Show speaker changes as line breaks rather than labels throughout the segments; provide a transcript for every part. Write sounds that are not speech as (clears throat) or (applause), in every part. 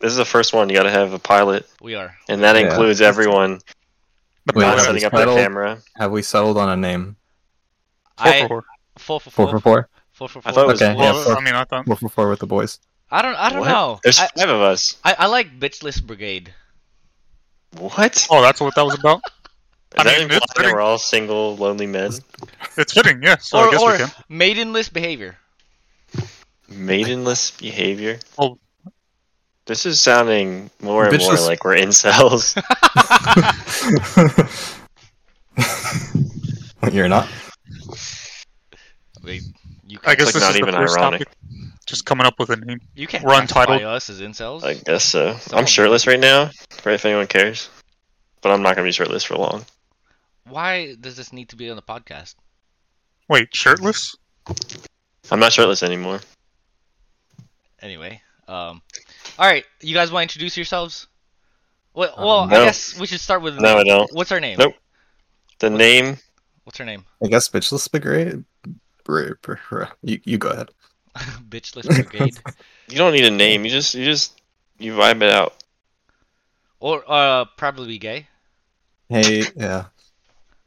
This is the first one. You got to have a pilot,
We are.
and that
Yeah.
includes everyone.
Wait,
not
what
setting
is
up their
title?
camera.
Have we settled on a name?
I
four.
four for four.
Four for four.
Four for
I thought it
four.
was
Okay,
four.
yeah,
Well,
four.
I mean, I thought
Four for four with the boys. (laughs)
I don't. I don't
What?
know.
There's
I,
five of us.
I, I like bitch list brigade.
What?
Oh, that's what that was about.
Is
I
that
mean,
implying
it's
that
fitting.
we're all single, lonely men?
It's fitting, yeah. So I
or
guess we
or
can.
maidenless behavior.
Maidenless behavior?
Oh.
This is sounding more and more
Bitchless-
like we're incels. (laughs)
You're not.
I mean, you can
I guess
like
this
not
is
even
the first
ironic.
topic. Just coming up with a name.
you can't
we're
classify
untitled.
us as incels.
I guess so.
Someone-
I'm shirtless right now, for if anyone cares. But I'm not going to be shirtless for long.
Why does this need to be on the podcast?
Wait, shirtless?
I'm not shirtless anymore.
Anyway, um, all right. You guys want to introduce yourselves? Well,
Um,
well
no.
I guess we should start with.
No, I don't.
What's her name?
Nope. The name,
What's her name? (laughs)
I guess bitchless brigade. br- br- br- You you go ahead.
bitch list
(laughs)
brigade.
you don't need a name. You just, you just, you vibe it out.
or uh, probably gay.
Hey, yeah.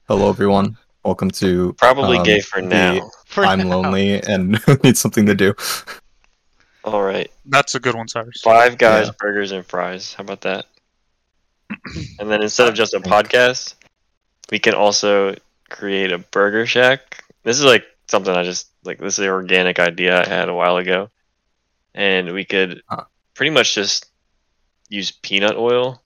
Hello everyone. Welcome to
Probably
Um,
gay for
the-
now.
For
I'm
now.
lonely and (laughs) need something to do.
All right.
That's a good one, Cyrus.
Five Guys
Yeah.
burgers and fries. How about that? And then instead of just a podcast, we can also create a burger shack. This is like something I just like. This is an organic idea I had a while ago, and we could
Huh.
pretty much just use peanut oil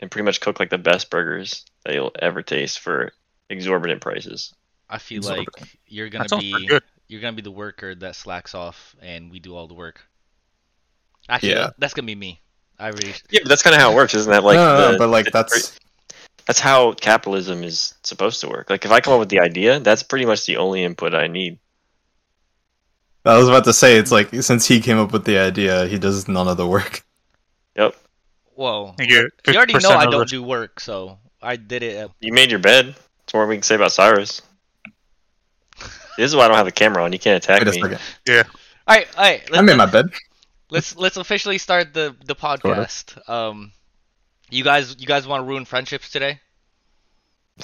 and pretty much cook like the best burgers that you'll ever taste for exorbitant prices.
(laughs) I feel
Sort of.
like you're gonna
That sounds pretty
be
good.
you're gonna be the worker that slacks off, and we do all the work. Actually,
Yeah.
that- that's gonna be me. I really
Yeah, but that's kind of how it works, isn't that? Like,
no, no, no,
the-
but like
the-
that's
that's how capitalism is supposed to work. Like if I come up with the idea, that's pretty much the only input I need.
I was about to say it's like since he came up with the idea, he does none of the work.
Yep.
whoa.
You, get
You already
50%
know I
of
don't
the-
do work, so I did it. uh, at-
You made your bed. That's more we can say about Cyrus. This is why I don't have a camera on. You can't attack
Wait a
me.
second.
All right, all right.
I'm in my bed.
let's let's officially start the the podcast. Um, you guys you guys want to ruin friendships today?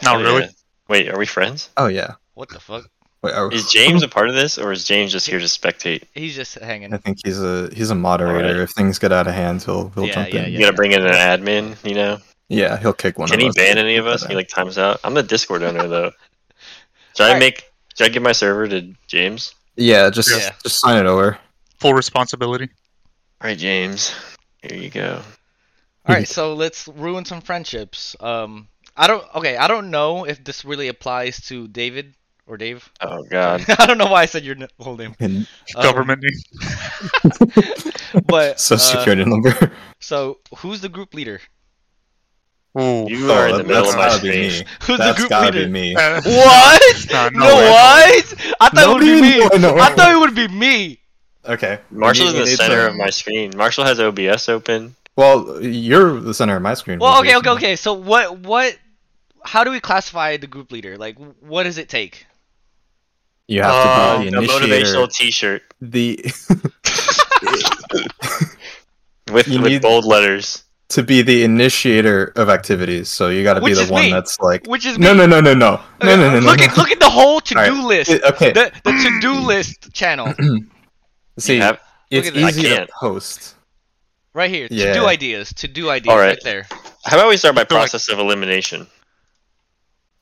Not
Yeah.
really.
Wait, are we friends?
Oh yeah.
What the fuck?
Wait, oh, are-
Is James a part of this, or is James just here to spectate?
He's just hanging.
I think he's a he's a moderator.
Alright.
If things get out of hand, he'll he'll
Yeah,
jump
yeah,
in.
You
Yeah.
gotta bring in an admin, you know?
he'll kick one
Can
of
he
us.
ban any of us? He like times out. I'm the Discord owner though. Should I
Alright.
make? Should I give my server to James?
Yeah, just
Yeah.
just sign it over.
Full responsibility.
All right, James. Here you go.
All right, so let's ruin some friendships. Um, I don't. Okay, I don't know if this really applies to David or Dave.
Oh God.
(laughs) I don't know why I said your n- whole name.
And
Um,
Government name.
but
social
uh,
security number.
So who's the group leader? (laughs)
Ooh.
You are in
Oh,
the middle
that's
of my
gotta be
screen.
me.
Who's
That's
the group
gotta
leader?
be me.
(laughs) Uh,
(laughs)
(laughs)
What?
Nah, no
no,
way.
what? I thought it would
Nobody
be me.
knew- I know.
I thought it would be me.
Okay.
Marshall's
We
in the
need
center
to-
of my screen. Marshall has OBS open.
Well, you're the center of my screen.
Well, okay,
Ruby.
okay, okay. So what? What? How do we classify the group leader? Like, what does it take?
You have to
Oh,
be
the
the initiator.
motivational T-shirt
The (laughs)
with,
You
with
need-
bold letters.
to be the initiator of activities, so you got to be
Which
the
is
one
me.
that's like.
Which is
No,
me.
no, no, no, no, no, no, no, no.
Look
no.
at look at the whole to do
Alright.
list.
It- okay.
The the to do list channel
See,
You have-
it's
at that. I
easy to
can't.
post.
right here. To
Yeah.
do ideas. To do ideas
Alright.
right there.
How about we start by
feel like-
process of elimination?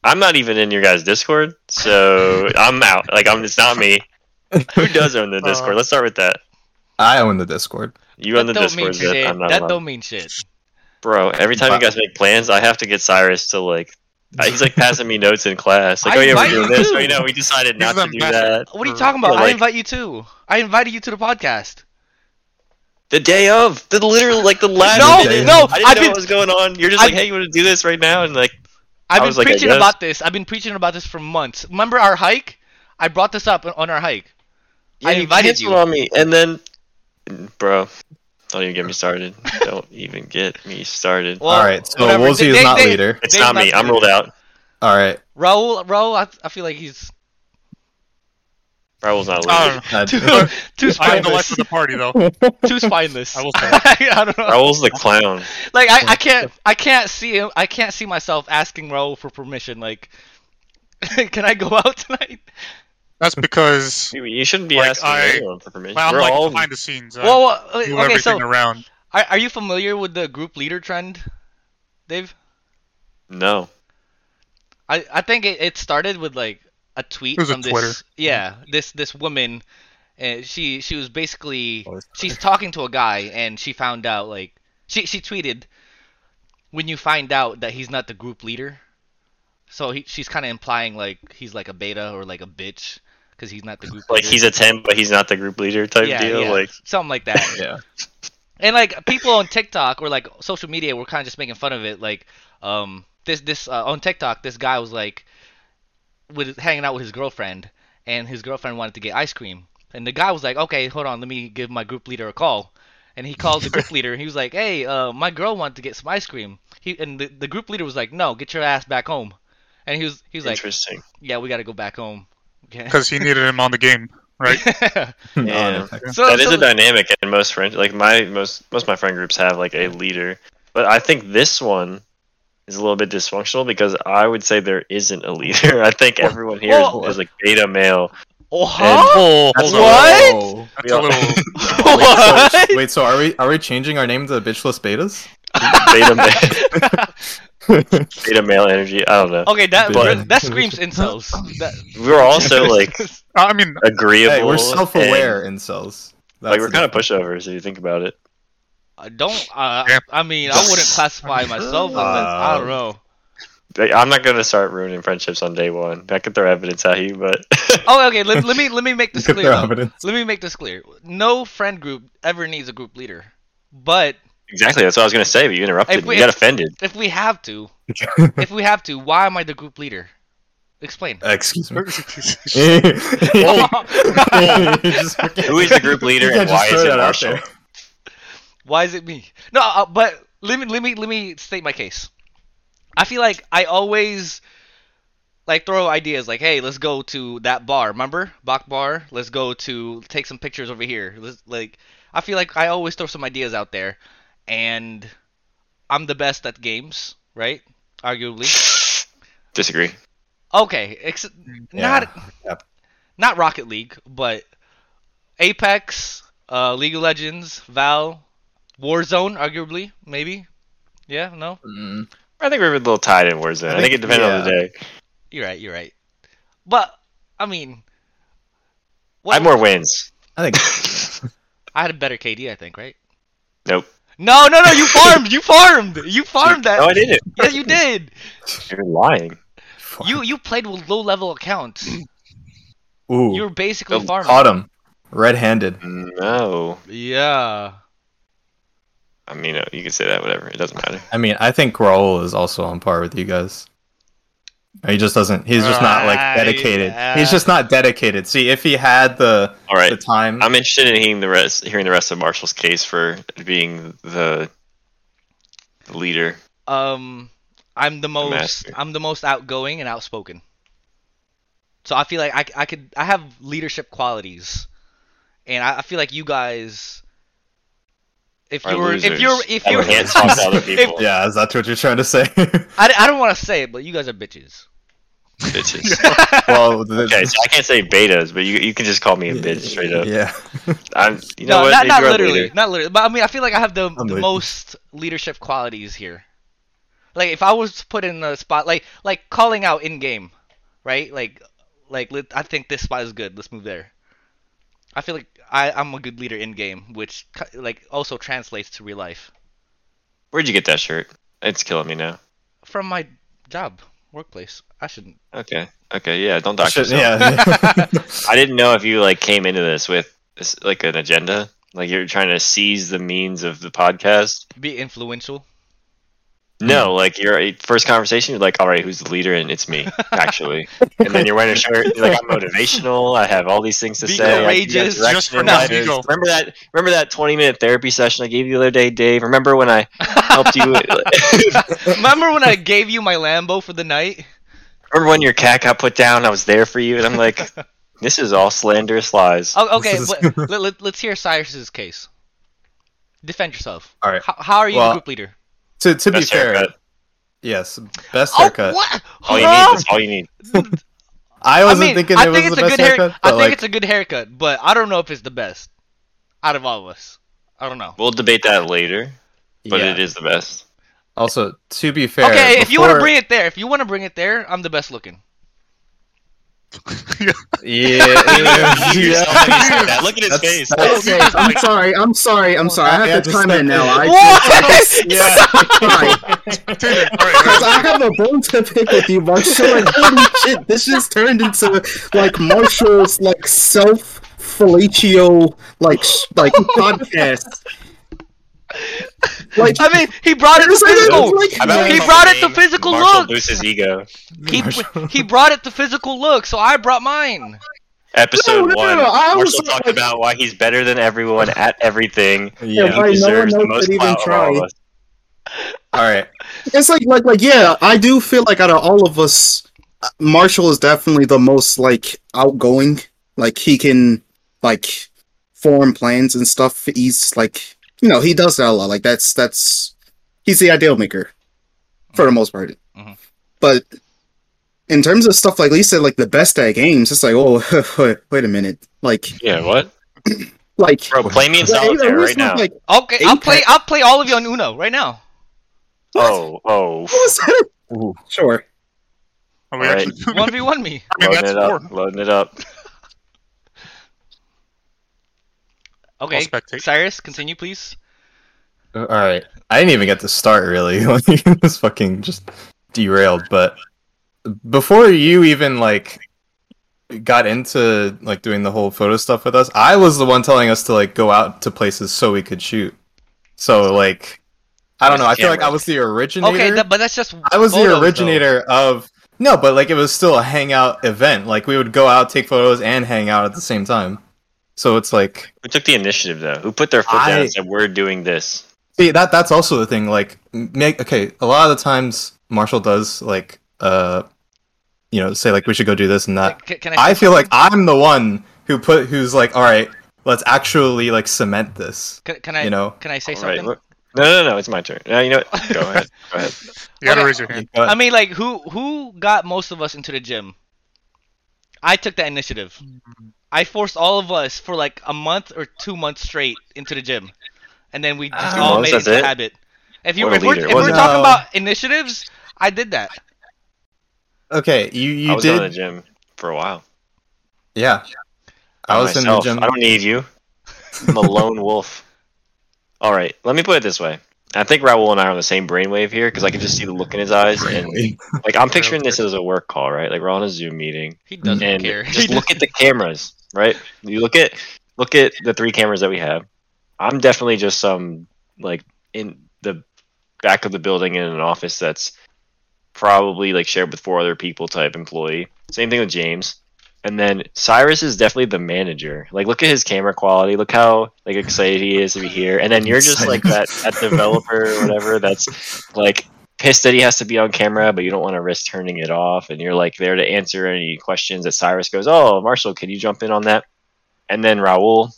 I'm not even in your guys' Discord, so I'm out. Like I'm, it's not me. Who does own the
Uh,
Discord? Let's start with that.
(laughs) I own the Discord.
You own the
that don't mean
Discord, Zip.
shit.
I'm not
That
allowed.
don't mean shit.
Bro, every time you guys make plans, I have to get Cyrus to like. uh, He's like passing me notes in class. Like,
I
oh yeah,
invite
we're doing
you
this.
too.
Oh, you know, we decided not
the
to do
ambassador.
that.
What are you talking about?
Or
I
like-
invite you too. I invited you to the podcast.
The day of, the literal, like the last.
No,
minute. (laughs)
no,
I didn't
I've
know
been-
what was going on. You're just
I've-
like, hey, you want to do this right now? And like,
I've
I
been
was like, I
preaching
guess.
about this. I've been preaching about this for months. Remember our hike? I brought this up on our hike. I
you
invited
canceled
you.
on me, and then, bro, don't even get me started. don't even get me started.
Well,
All right, so
whatever.
Woolsey
They-
is
they-
not
they-
leader.
it's
they
not
must
me. I'm (laughs)
be-
ruled out.
All right,
(laughs)
(laughs) Raul, Raul, I, I feel like he's
Raul's not
I
leaving.
don't know.
Uh, (laughs)
Two, two (laughs)
I'm the life
spineless.
of the party, though.
Two spineless. (laughs)
I will say.
I don't know.
Raul's the clown.
Like I, I can't I can't see him I can't see myself asking Raul for permission like (laughs) can I go out tonight?
(laughs)
That's because
You- You shouldn't be
Like,
asking
I-
anyone for permission.
well, I'm
We're
like
all
behind the scenes. I
well, uh,
do
okay,
everything
so
around.
are, are you familiar with the group leader trend, Dave?
no.
I, I think it, it started with like a tweet
It was a
from this
Twitter.
yeah this this woman, and she she was basically
Oh,
she's talking to a guy and she found out like she she tweeted when you find out that he's not the group leader so he, she's kind of implying like he's like a beta or like a bitch because he's not the group
Like
leader.
he's a ten, but he's not the group leader type
yeah,
deal.
yeah,
Like
something like that
yeah.
and like people on TikTok or like social media were kind of just making fun of it. Like um, this this uh, on TikTok, this guy was like with hanging out with his girlfriend, and his girlfriend wanted to get ice cream, and the guy was like, "Okay, hold on, let me give my group leader a call." And he called
(laughs)
the group leader. and He was like, "Hey, uh, my girl wanted to get some ice cream." He and the, the group leader was like, "No, get your ass back home." And he was he was like,
interesting.
"Yeah, we got to go
(laughs)
back home." Okay.
Because he needed him on the game, right?
Yeah.
Oh,
so,
that is
so-
a dynamic in most friend like my most most of my friend groups have like a leader but i think this one is a little bit dysfunctional because i would say there isn't a leader (laughs) i think everyone here is
Well-
is a beta male
(laughs) oh, huh?
Oh,
That's
hold on.
What?
Whoa.
That's
(laughs)
a little.
What?
Wait, so are we are we changing our name to Bitchless
(laughs)
Betas?
beta male (laughs) beta male energy i don't know
Okay, that
But-
that screams incels. That,
we were (laughs)
(laughs)
also like
I mean, (laughs)
agreeable
Hey, we're self-aware
and,
incels.
like we're
the
kind of
difference.
pushovers if you think about it
I don't. Uh,
Yeah.
I mean, I
(laughs)
wouldn't classify myself as. I don't
Uh,
know.
Like, i'm not going to start ruining friendships on day one i could throw evidence at you but (laughs)
Oh, okay. Let, let me let me make this
Look at
clear.
their
though.
evidence.
Let me make this clear. No friend group ever needs a group leader, but
exactly that's what i was going to say but you interrupted
If we-
you got offended
if we have to, if we have to, why am I the group leader?
(laughs)
Explain.
Excuse me.
I
(laughs)
Who (laughs)
Oh.
(laughs)
Who is the group leader and why is it Marshall?
Why is it me? No, uh, but let me let me let me state my case. I feel like I always like throw ideas like, "Hey, let's go to that bar. Remember, Bach Bar? Let's go to take some pictures over here." Let's, like, I feel like I always throw some ideas out there, and I'm the best at games, right? Arguably.
Disagree.
Okay, ex- not
Yep.
not Rocket League, but Apex, uh, League of Legends, Val, Warzone, arguably, maybe. Yeah, no,
Mm.
I think we were a little tied in Warzone. I think,
I think-
it depends on the
yeah.
day.
you're right, you're right. But I mean,
I had more wins.
I think
I had a better KD, I think, right?
Nope.
No, no, no,
(laughs)
you farmed, you farmed, you farmed that.
No, Oh, I
(laughs)
didn't.
yeah, you did.
You're lying.
You you played with low level accounts.
Ooh,
You were basically
Oh,
farming.
caught him red-handed.
No.
Yeah.
I mean, uh, you can say that, whatever. It doesn't matter.
I mean, I think Raul is also on par with you guys. He just doesn't. He's just not like
Ah,
dedicated.
yeah.
He's just not dedicated. See, if he had the
All right.
the time,
I'm interested in hearing the rest, hearing the rest of Marshall's case for being the the leader.
Um, I'm the most
master.
I'm the most outgoing and outspoken. So I feel like I, I could I have leadership qualities, and I, I feel like you guys, if
Are
you were if
losers.
you're if
Have
you're
a hand talk to
(laughs)
other people.
yeah, is that what you're trying
(laughs)
to say?
I, I don't want to say it, but you guys are bitches.
Bitches.
well, the,
Okay, so I can't say betas, but you you can just call me a bitch straight up.
Yeah,
I'm. You know
no,
what?
not
Maybe
not
you're a
literally,
leader.
not literally. But I mean, I feel like I have the the
with you.
most leadership qualities here. Like if I was put in a spot, like like calling out in game, right? Like like let, I think this spot is good. Let's move there. I feel like I I'm a good leader in game, which cu- like also translates to real life
Where'd you get that shirt? It's killing me now.
from my job workplace. I shouldn't.
Okay. Okay. Yeah. Don't dock
Shit,
yourself.
yeah. (laughs)
I didn't know if you like came into this with this, like an agenda, like you're trying to seize the means of the podcast.
Be
(laughs)
influential. (laughs)
No,
Hmm.
like your first conversation, you're like, "All right, who's the leader?" And it's me, actually. and then you're wearing a shirt. You're like, "I'm motivational. I have all these things to
Be
say." I can give
courageous.
Just for
direction."
now,
Remember
(laughs) ego.
that? Remember that 20 minute therapy session I gave you the other day, Dave? Remember when I helped you?
(laughs)
(laughs)
Remember when I gave you my Lambo for the night?
remember when your cat got put down? I was there for you, and I'm like, This is all slanderous lies.
Oh, okay,
This is- (laughs)
but let, us hear Cyrus's case. Defend yourself.
All right.
How, how are you
Well,
the group leader?
To, to be
Best
fair,
haircut.
yes, best
Oh,
haircut.
what?
All you need.
Huh?
(laughs)
That's all you need.
I
I
wasn't
mean,
thinking it
I think
was
it's
the
a
best
good haircut.
haircut,
I
but
think
like,
it's a good haircut, but I don't know if it's the best out of all of us. I don't know.
We'll debate that later, but
yeah.
it is the best.
Also, to be fair,
okay, if you want to
before-
bring it there, if you want to bring it there, I'm the best looking.
(laughs) yeah, yeah, yeah.
Look at his
That's-
face.
that's-
Okay, I'm sorry. I'm sorry. I'm sorry. I
Yeah,
have to
just
chime
step
in now.
in.
I,
What?
yeah.
sorry.
Taylor, all right, all right.
Because I have a bone to pick with you, Marshall. Like, holy shit, this just turned into like Marshall's like self fellatio like sh- like (laughs) podcast. Like,
I mean, he brought it to physical.
like,
I bet
He
we call
like,
brought
the
it to
name
physical
Marshall
looks.
boosts his ego.
(laughs)
He, he brought it to physical look, so I brought mine.
Episode
No, no,
one.
no, no, I was
Marshall
like-
talked about why he's better than everyone at everything.
(laughs) (laughs) Yeah.
and
Why no
He deserves
one
the
else
most
would even
clout of all of
try.
us.
All right.
it's like like like yeah. I do feel like out of all of us, uh, Marshall is definitely the most like outgoing. Like he can like form plans and stuff. He's like you know he does that a lot. Like that's that's he's the ideal maker for the most part.
Mhm.
But in terms of stuff like Lisa, like the best at games, it's like oh (laughs) wait a minute, like
Yeah, what?
like.
Bro, play me in
Yeah, even
solitaire right
Lisa's
now.
Like, (laughs)
Okay, I'll play.
Apex.
I'll play all of you on Uno right now.
Oh, oh.
what was that?
Ooh.
Sure.
Are Oh, we
All right.
(laughs) actually-
One v one me.
I
Loading
mean, that's
it
four.
up. Loading it up.
I'll
Okay,
spectate.
Cyrus, continue, please.
All right. I didn't even get to start really. (laughs) Like this fucking just derailed, but before you even like got into like doing the whole photo stuff with us, I was the one telling us to like go out to places so we could shoot. So like I don't know. I feel like I was the originator.
Okay, that, but that's just.
I was
photos,
the originator of no, but like it was still a hangout event. Like we would go out, take photos, and hang out at the same time. So it's like
Who took the initiative though? Who put their foot down
I-
and said, "We're doing this"?
See that that's also the thing. Like, m- make okay. A lot of the times, Marshall does like, uh, you know, say like we should go do this and
though.
that.
Like, can, can I?
Uh, I feel like I'm the one who put who's like, all right, let's actually like cement this.
Can, can I?
you know,
Can I say
All right,
something?
look- No, no, no. It's my turn. No, you know what? Go ahead. Go ahead.
You gotta
Okay.
raise your hand.
(laughs)
But-
I mean, like, who who got most of us into the gym? I took that initiative. I forced all of us for like a month or two months straight into the gym, and then we just
Ah. Two
all
months,
made it
that's
a
it?
habit. If you
What a
if we're,
leader.
if
Well,
we're
no.
talking about initiatives, I did that.
okay, you
I
you
was
did,
going to the gym for a while.
yeah. I
By
was
myself.
in the gym.
I don't need you. I'm a lone wolf. All right. Let me put it this way. I think Raul and I are on the same brainwave here because I can just see the look in his eyes,
(laughs)
and like I'm picturing this as a work call, right? Like we're on a Zoom meeting,
(laughs) He doesn't
and
care.
just look at the cameras, right? You look at look at the three cameras that we have. I'm definitely just some like in the back of the building in an office that's probably like shared with four other people type employee. Same thing with James. And then Cyrus is definitely the manager. Like look at his camera quality. Look how like excited he is to be here. And then you're just like that that developer or whatever that's like pissed that he has to be on camera, but you don't want to risk turning it off. And you're like there to answer any questions that Cyrus goes, Oh, Marshall, can you jump in on that? And then Raul,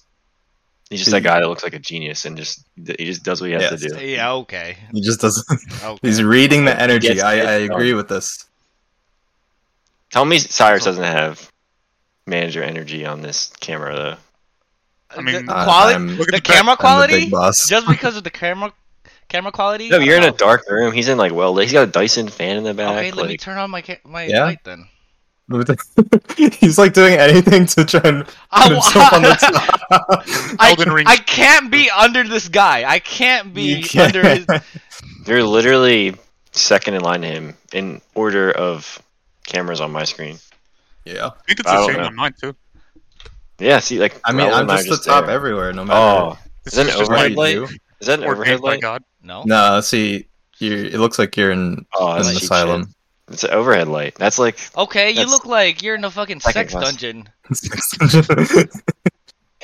he's just that guy that looks like a genius and just he just does what he has
Yes.
to do.
yeah. Okay.
He just doesn't.
Okay.
He's reading the energy.
Yes,
I, I
yes,
agree with this.
Tell me Cyrus
So-
doesn't have manager energy on this camera though.
I mean,
the,
I-
quality,
I'm-
Look at
the
the back.
camera
I'm the
quality,
big boss.
just because of the camera camera quality.
No,
I
you're in
don't
a dark room. He's in like well lit. He's got a Dyson fan in the
know.
back.
Okay, let me
like-
turn on my ca- my
Yeah.
light then.
(laughs) He's like doing anything to try and
I-
(laughs) put
(laughs)
himself on the top.
I,
Elden Ring.
I can't be under this guy. I can't be
You
(laughs)
can't.
under
(laughs)
his.
(laughs) You're literally second in line to him in order of cameras on my screen.
yeah.
I think it's
I
the
don't
same
know.
on mine too.
Yeah, see, like
I mean,
Raoul
I'm
and I are
just the top
there.
everywhere, no matter.
Oh,
This
Is it
just
overhead
my
light? is that an
ordained
overhead
by
light?
God.
No.
No, see, you. It looks like you're in
Oh,
an
that's cheap
asylum.
shit. It's an overhead light. That's like,
Okay, you
That's-
look like you're in a fucking
Second
sex
class.
(laughs)
dungeon. (laughs)
him?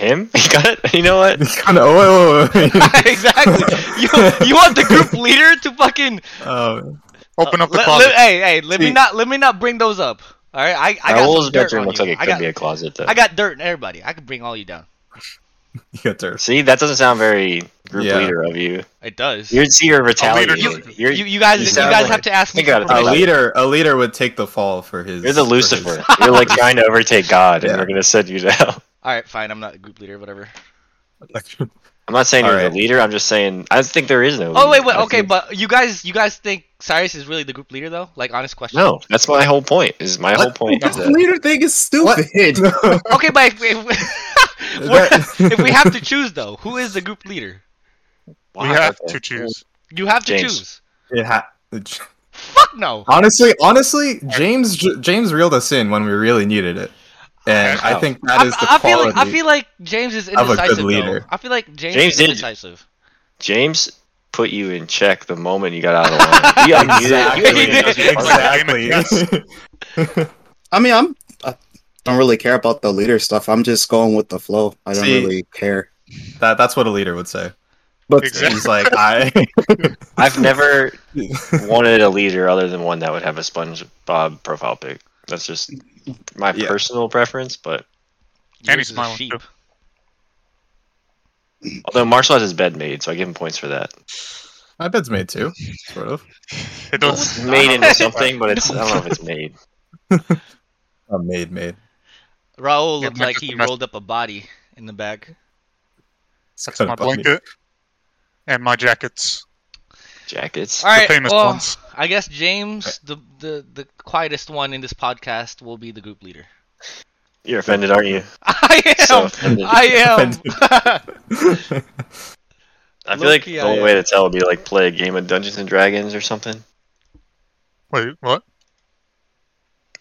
(laughs) He got it? You know what?
(laughs) kind of. Oh, wait,
(laughs)
wait, wait.
exactly. You you want the group leader to fucking
(laughs) Oh,
Open up the
Let-
closet.
let- hey hey let me
See-
not let me not bring those up. All right, I, I got
Raul's
some dirt
bedroom
on
looks
you.
like it
I
could
got
be a closet though.
I got dirt on everybody. I could bring all you down.
You got dirt.
See, that doesn't sound very group
Yeah.
leader of you.
It does.
You're see, you're retaliating.
you-
You're,
Oh, you, you guys,
you
you,
sound
guys
like-
have to ask me.
think about it,
for
A
Like-
permission.
leader, a leader would take the fall for his.
you're the
for his-
Lucifer. you're like trying to overtake God, and
Yeah.
we're gonna send you down.
All right, fine. I'm not group leader. Whatever.
I'm not saying
All
you're the
right.
leader. I'm just saying I think there is no.
Oh wait,
leader.
wait.
I
Okay,
think-
but you guys, you guys think Cyrus is really the group leader though? Like, honest question.
no, that's my whole point. Is my whole
What?
point is
The
that
leader thing is stupid.
(laughs) Okay, but if, if, we're- if we (laughs) have to choose though, who is the group leader?
We have to
(laughs)
choose.
You have to
James.
choose.
It ha-
Fuck no.
honestly, honestly, James J- James reeled us in when we really needed it, and
Wow.
I think that
I,
is the
I feel
quality.
like I feel like James is
a good
indecisive. though.
leader.
I feel like James,
James
is
did.
indecisive.
James put you in check the moment you got out of line. He
(laughs)
like, knew that you
Exactly.
were gonna
He did.
go-
Exactly.
(laughs)
I mean, I'm I don't really care about the leader stuff. I'm just going with the flow. I don't
See-
really care.
(laughs) that, that's what a leader would say.
But
Exactly.
He's like, I. (laughs)
I've never wanted a leader other than one that would have a SpongeBob profile pic. That's just my
Yeah.
personal preference. But
And
Yours
he's
is a
smiling,
sheep.
too.
although Marshall has his bed made, so I give him points for that.
My bed's made too, sort of.
It does.
It's made
(laughs)
into something, but it's I don't know if it's made.
i made, made.
Raul
Yeah,
looked
my
like he
custom mess-
rolled up a body in the back.
That's
Kinda
my
funny.
blanket and my jackets.
Jackets.
All right,
the famous
well,
ones.
I guess James, the, the the quietest one in this podcast, will be the group leader. (laughs)
You're offended, aren't you?
I am.
So offended.
I (laughs) am.
I feel like
Low-key,
the
I
only
am.
way to tell would be like play a game of Dungeons and Dragons or something.
Wait, what?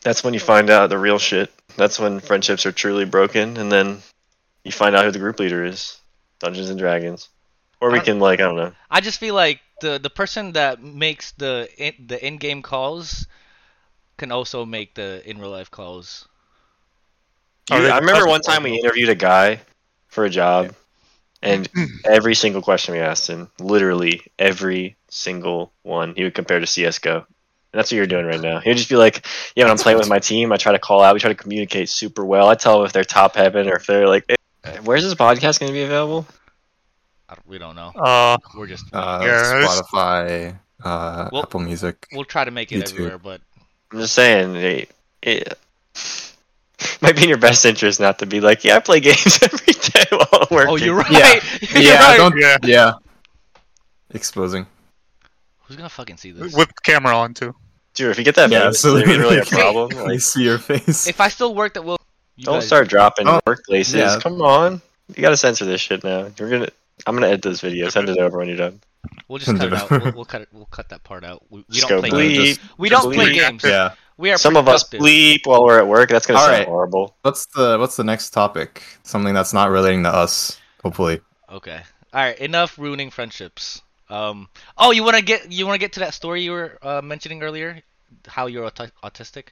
That's when you find out the real shit. That's when friendships are truly broken, and then you find out who the group leader is. Dungeons and Dragons. Or we
I-
can like I don't know.
I just feel like the the person that makes the in, the in game calls can also make the in real life calls.
Oh,
You-
they-
I remember
that's-
one time we interviewed a guy for a job, and
Hmm.
every single question we asked him, literally every single one, he would compare to CS:GO. And that's what you're doing right now. He'd just be like, "Yeah, when I'm playing with my team, I try to call out. We try to communicate super well. I tell them if they're top heaven or if they're like, eh, where's this podcast going to be available?
I don't, we don't know.
Uh,
We're just
(laughs) Uh,
Yeah, it's-
Spotify, uh,
Well-
Apple Music.
we'll try to make it
You too.
everywhere, but
I'm just saying, it, it (laughs) might be in your best interest not to be like, yeah, I play games (laughs) every day while I'm working.
oh, you're right.
Yeah.
(laughs) You're
yeah,
right.
don't.
yeah,
Yeah. Exposing.
Who's gonna fucking see this?
with camera
(laughs)
on too.
dude. If you get that,
Yeah,
famous, there's
absolutely. (laughs)
really a
Okay.
problem.
I
Like,
see your
(laughs)
face.
If I still worked at Will, you
Don't
guys-
start dropping
Oh,
workplaces.
yeah.
Come on. You gotta censor this shit now. You're gonna I'm gonna edit this video. Send it over when you're done.
We'll just cut it
No.
out. We'll, we'll cut it. We'll cut that part out. We, we
Just
don't
go
play
bleep.
games.
bleep.
We
Just
don't play
bleep.
games.
yeah.
We are
Some of us
productive.
bleep while we're at work. That's gonna
All
sound
right.
horrible.
What's the What's the next topic? Something that's not relating to us, hopefully. (laughs)
Okay. All right. Enough ruining friendships. Um. Oh, you wanna get you wanna get to that story you were uh, mentioning earlier, how you're auti- autistic.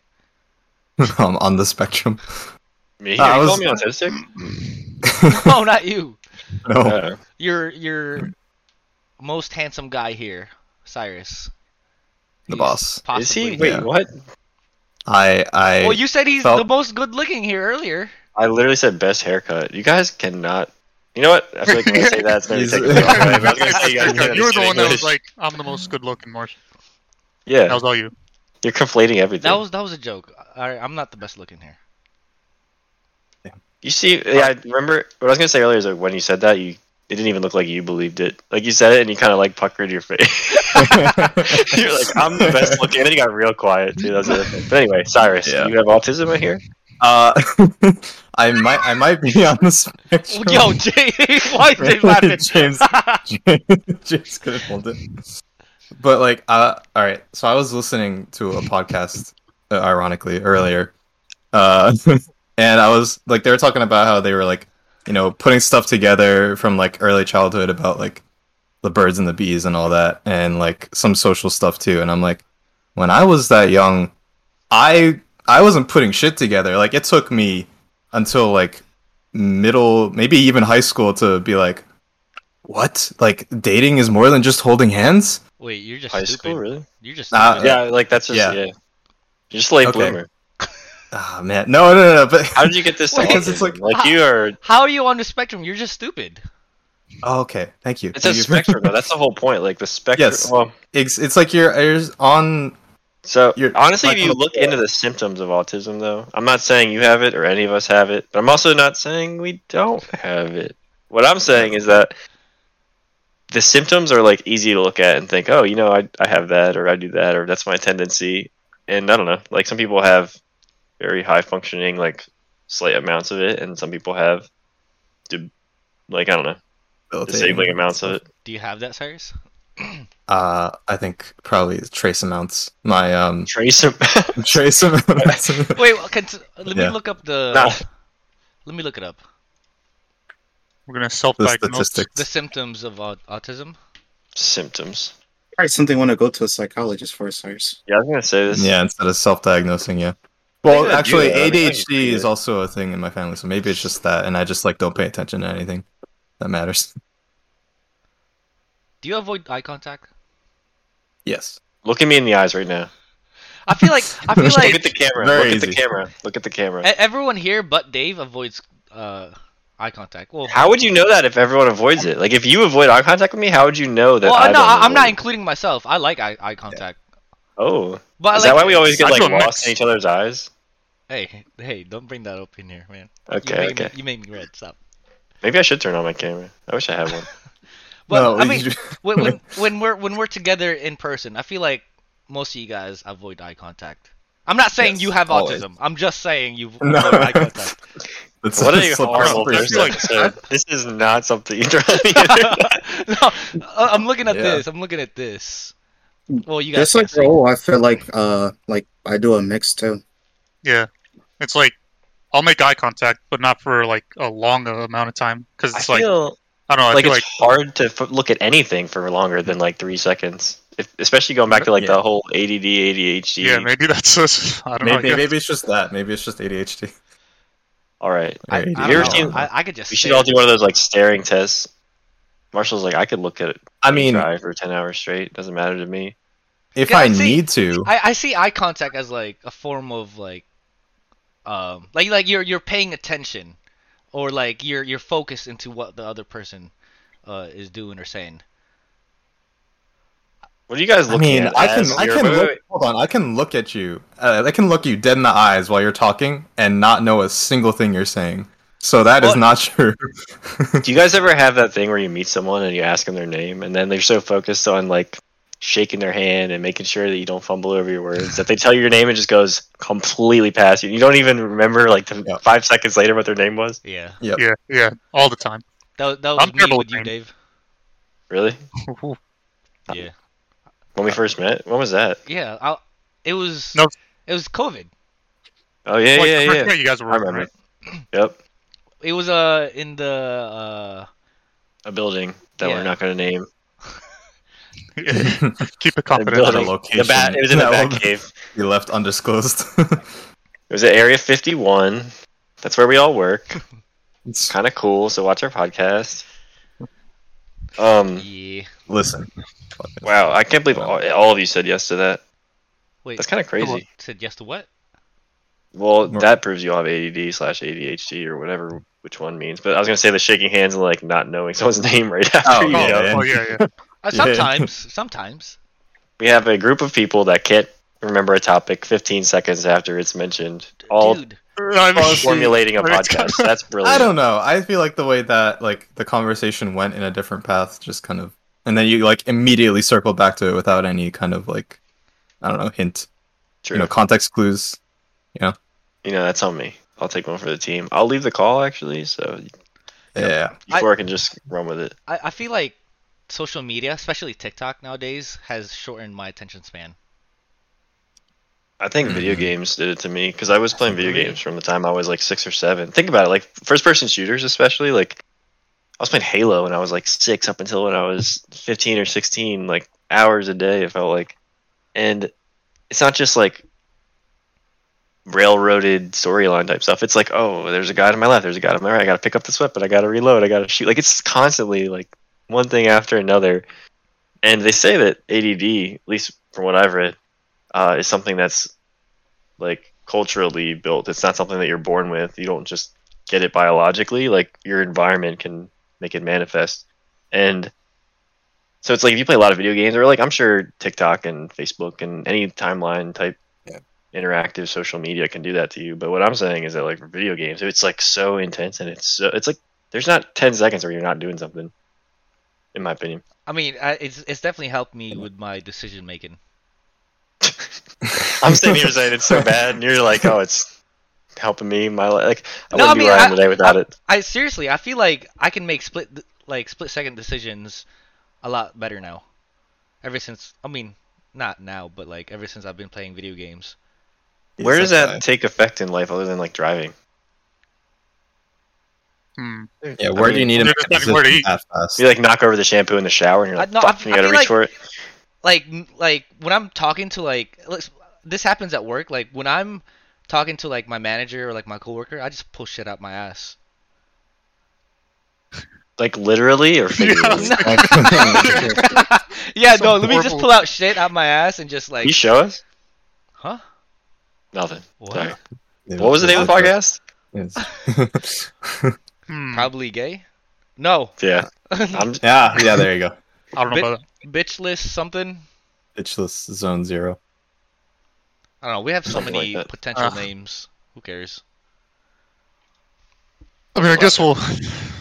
um, on the spectrum. (laughs)
Me?
Uh, I
you
was-
call me autistic?
(laughs)
(laughs)
no, not you.
No.
Uh,
Your your most handsome guy here, Cyrus.
The
He's
boss.
Possibly.
is he? Wait,
Yeah.
what?
I. I.
Well, you said he's
felt-
the most good looking here earlier.
I literally said best haircut. You guys cannot. You know what? I feel like when I say that, it's
(laughs)
gonna be
He's-
taken the wrong
(laughs)
way, but I was gonna say you guys gotta
you were the
speak
one that
English.
was like, "I'm the
(laughs)
most good-looking Martian." That
yeah,
was all you.
you're conflating everything.
That was that was a joke. All right, I'm not the best looking here.
You see, yeah, I remember what I was gonna say earlier is like when you said that, you it didn't even look like you believed it. Like you said it, and you kind of like puckered your face. (laughs) You're like, I'm the best looking, and then you got real quiet too. That's the other thing. But anyway, Cyrus,
Yeah.
you have autism right here.
Uh, (laughs) I might. I might be on the spectrum.
Yo, Jay, (laughs) why did that
(laughs) James James couldn't hold it. But like, uh, all right. So I was listening to a podcast, uh, ironically earlier, uh, (laughs) and I was like, they were talking about how they were like, you know, putting stuff together from like early childhood about like the birds and the bees and all that, and like some social stuff too. And I'm like, when I was that young, I I wasn't putting shit together. Like it took me until like middle, maybe even high school to be like, what? Like dating is more than just holding hands?
Wait, you're just
High
stupid.
school, really?
You're just
Nah,
stupid.
yeah, like that's just yeah.
Yeah.
You're just a late
Okay.
bloomer.
Ah man, no, no, no, no. But
How did you get this?
Wait,
Because it's like, like you are.
How are you on the spectrum? You're just stupid.
(laughs) oh, okay, thank you.
It's a
Thank (laughs) you.
spectrum. though. That's the whole point. Like the spectrum.
Yes.
Well,
it's it's like you're, you're on.
so
You're-
honestly, if
like,
you look into the symptoms of autism, though, I'm not saying you have it or any of us have it, but I'm also not saying we don't have it. What I'm saying is that the symptoms are like easy to look at and think, oh, you know, I I have that or I do that or that's my tendency, and I don't know. Like some people have very high functioning like slight amounts of it, and some people have, de- like I don't know, disabling amounts
(laughs)
of it.
Do you have that, Cyrus?
Uh, I think probably trace amounts. My um (laughs)
Trace them.
trace (laughs) amounts.
Wait, well, can, let me
Yeah.
look up the.
Nah.
Let me look it up.
We're gonna
the
self-diagnose.
statistics.
The symptoms of au- autism.
(laughs) symptoms.
Probably something want to go to a psychologist for, Cyrus.
Yeah, I was gonna say this.
Yeah, instead of self-diagnosing, yeah.
I
Well,
do
actually,
that. I mean, I do
ADHD is
that.
also a thing in my family, so maybe it's just that, and I just like don't pay attention to anything that matters. (laughs)
Do you avoid eye contact?
Yes.
Look at me in the eyes right now.
I feel like I
(laughs)
feel
Just
Look at
like
the camera.
Very
Look at the
easy.
camera. Look at the camera.
e- everyone here but Dave avoids uh, eye contact. Well,
how would you know that if everyone avoids it? Like if you avoid eye contact with me, how would you know that?
Well,
I
no,
don't
I- I'm
avoid
not
it?
including myself. I like eye, eye contact,
Oh, is
but
that
like,
why we always get
I
like
do a
lost
mix.
in each other's eyes?
hey, hey, don't bring that up in here, man. you
Okay,
made
okay.
Me, you made me red. Stop.
Maybe I should turn on my camera. I wish I had one.
Well,
No,
I mean,
you-
when, when when we're when we're together in person, I feel like most of you guys avoid eye contact. I'm not saying
Yes,
you have
always.
autism. I'm just saying you avoid
No.
eye
(laughs)
(laughs)
contact.
(laughs) it's
what
a
are you
slippery
horrible
I
person?
feel like-
(laughs)
Like, this is not something you're trying to
no, I- I'm looking at
Yeah.
this. I'm looking at this. Well, you guys
Just
can
like Raul, I feel like uh like I do a mix (laughs) too.
Yeah, it's like I'll make eye contact, but not for like a long amount of time because
I
it's like
feel
I don't know. I
like
feel
it's
like
hard to f- look at anything for longer than like three seconds, if, especially going back to like the whole ADD, ADHD.
yeah, maybe (laughs) that's just, I don't know. I
maybe
guess.
maybe it's just that. Maybe it's just ADHD.
All right,
I, I,
Or
don't
Have you ever
know.
seen-
I, I could just.
we should
stare.
all do one of those like staring tests. Marshall's like, I could look at it
I mean,
drive for ten hours straight. Doesn't matter to me.
if
Yeah,
I
see,
need to,
I, I see eye contact as like a form of like, um, like like you're you're paying attention, or like you're you're focused into what the other person, uh, is doing or saying.
What are you guys
I
looking
mean,
at?
I can,
as
I
you're-
can
wait, wait,
look.
wait.
Hold on, I can look at you. Uh, I can look you dead in the eyes while you're talking and not know a single thing you're saying. So that is
What?
not true. (laughs)
Do you guys ever have that thing where you meet someone and you ask them their name, and then they're so focused on like shaking their hand and making sure that you don't fumble over your words that they tell you your name and just goes completely past you. You don't even remember like the
Yeah.
five seconds later what their name was.
Yeah,
yeah, yeah, all the time. (laughs)
that, that was
I'm
me
terrible
with
at
you,
names. Uh,
Dave.
Really?
no,
Yeah,
When we first met? When was that?
yeah. I, it was
No.
It was COVID.
Oh yeah,
like,
yeah,
the first
yeah.
night you guys were
I remember.
right?
Yep.
It was uh in the uh
A building that
Yeah.
we're not gonna name.
(laughs) Keep it
The
confidential.
building.
location.
The bat. It was in the
No.
bat cave.
you left undisclosed. (laughs)
It was at Area 51. That's where we all work.
It's-
Kind of cool. So watch our podcast. Um.
yeah.
Listen,
Wow. I can't believe all, all of you said yes to that.
Wait,
That's kind of crazy.
said yes to what?
Well,
We're-
that proves you all have ADD slash ADHD or whatever which one means. But I was gonna say the shaking hands and like not knowing someone's (laughs) name right after.
Oh,
you
Oh,
know?
yeah.
oh, yeah, yeah.
Uh,
Yeah.
(laughs)
sometimes, sometimes.
We have a group of people that can't remember a topic 15 seconds after it's mentioned. All
Dude,
(laughs) I mean, hmm.
formulating a
but it's
podcast. That's brilliant.
I don't know. I feel like the way that like the conversation went in a different path, just kind of, and then you like immediately circle back to it without any kind of like, I don't know, hint,
True.
you know, context clues.
you know, that's on me. I'll take one for the team. I'll leave the call actually, so
Yeah,
I-
before I can just run with it.
I, I feel like social media, especially TikTok nowadays, has shortened my attention span.
I think video
Mhm.
games did it to me because I was playing video
Really?
games from the time I was like six or seven. Think about it, like first person shooters, especially like I was playing Halo when I was like six up until when I was fifteen or sixteen, like hours a day. It felt like, and it's not just like railroaded storyline type stuff. It's like oh, there's a guy to my left, there's a guy to my right. I gotta pick up this weapon, I gotta reload, I gotta shoot. Like it's constantly like one thing after another, and they say that ADD, at least from what I've read, uh, is something that's like culturally built. It's not something that you're born with. You don't just get it biologically. Like your environment can make it manifest. And so it's like if you play a lot of video games, or like I'm sure TikTok and Facebook and any timeline type
Yeah.
interactive social media can do that to you. But what I'm saying is that like for video games, it's like so intense and it's so it's like there's not 10 seconds where you're not doing something. In my opinion,
I mean, I, it's it's definitely helped me with my decision making.
(laughs)
I'm sitting here saying it's so bad, and you're like, oh, it's helping me in my life. Like I
No,
wouldn't
I
be
mean,
where I am
I-
today without it.
I seriously, I feel like I can make split like split second decisions a lot better now. Ever since, I mean, not now, but like ever since I've been playing video games.
Where
Yes,
does
that's
that take effect in life other than like driving? (laughs)
Hmm. (laughs)
why. Yeah, where do you
mean,
need
there's
to
nothing where to eat.
Half fast.
You like knock over the shampoo in the shower and you're
I-
like,
no,
fuck,
I-
you
I
gotta
mean,
reach
like-
for it.
Like n- like when I'm talking to like let's- this happens at work. Like when I'm talking to like my manager or like my coworker, I just pull shit out my ass.
Like literally or
(laughs)
figuratively.
Yeah.
(laughs)
yeah,
Some
no, let me just
horrible-
pull out shit out my ass and just like,
you show us?
huh?
Nothing.
What?
Sorry. What was the name of the podcast?
podcast?
Hmm.
Probably gay. No, (laughs)
Yeah. I'm
(laughs) yeah, yeah. There you go.
I don't know
Bit-
about
bitchless something.
Bitchless Zone Zero.
(laughs)
I don't know. We have so
Something like
many
that.
potential
Uh.
names. Who cares?
I mean, I guess we'll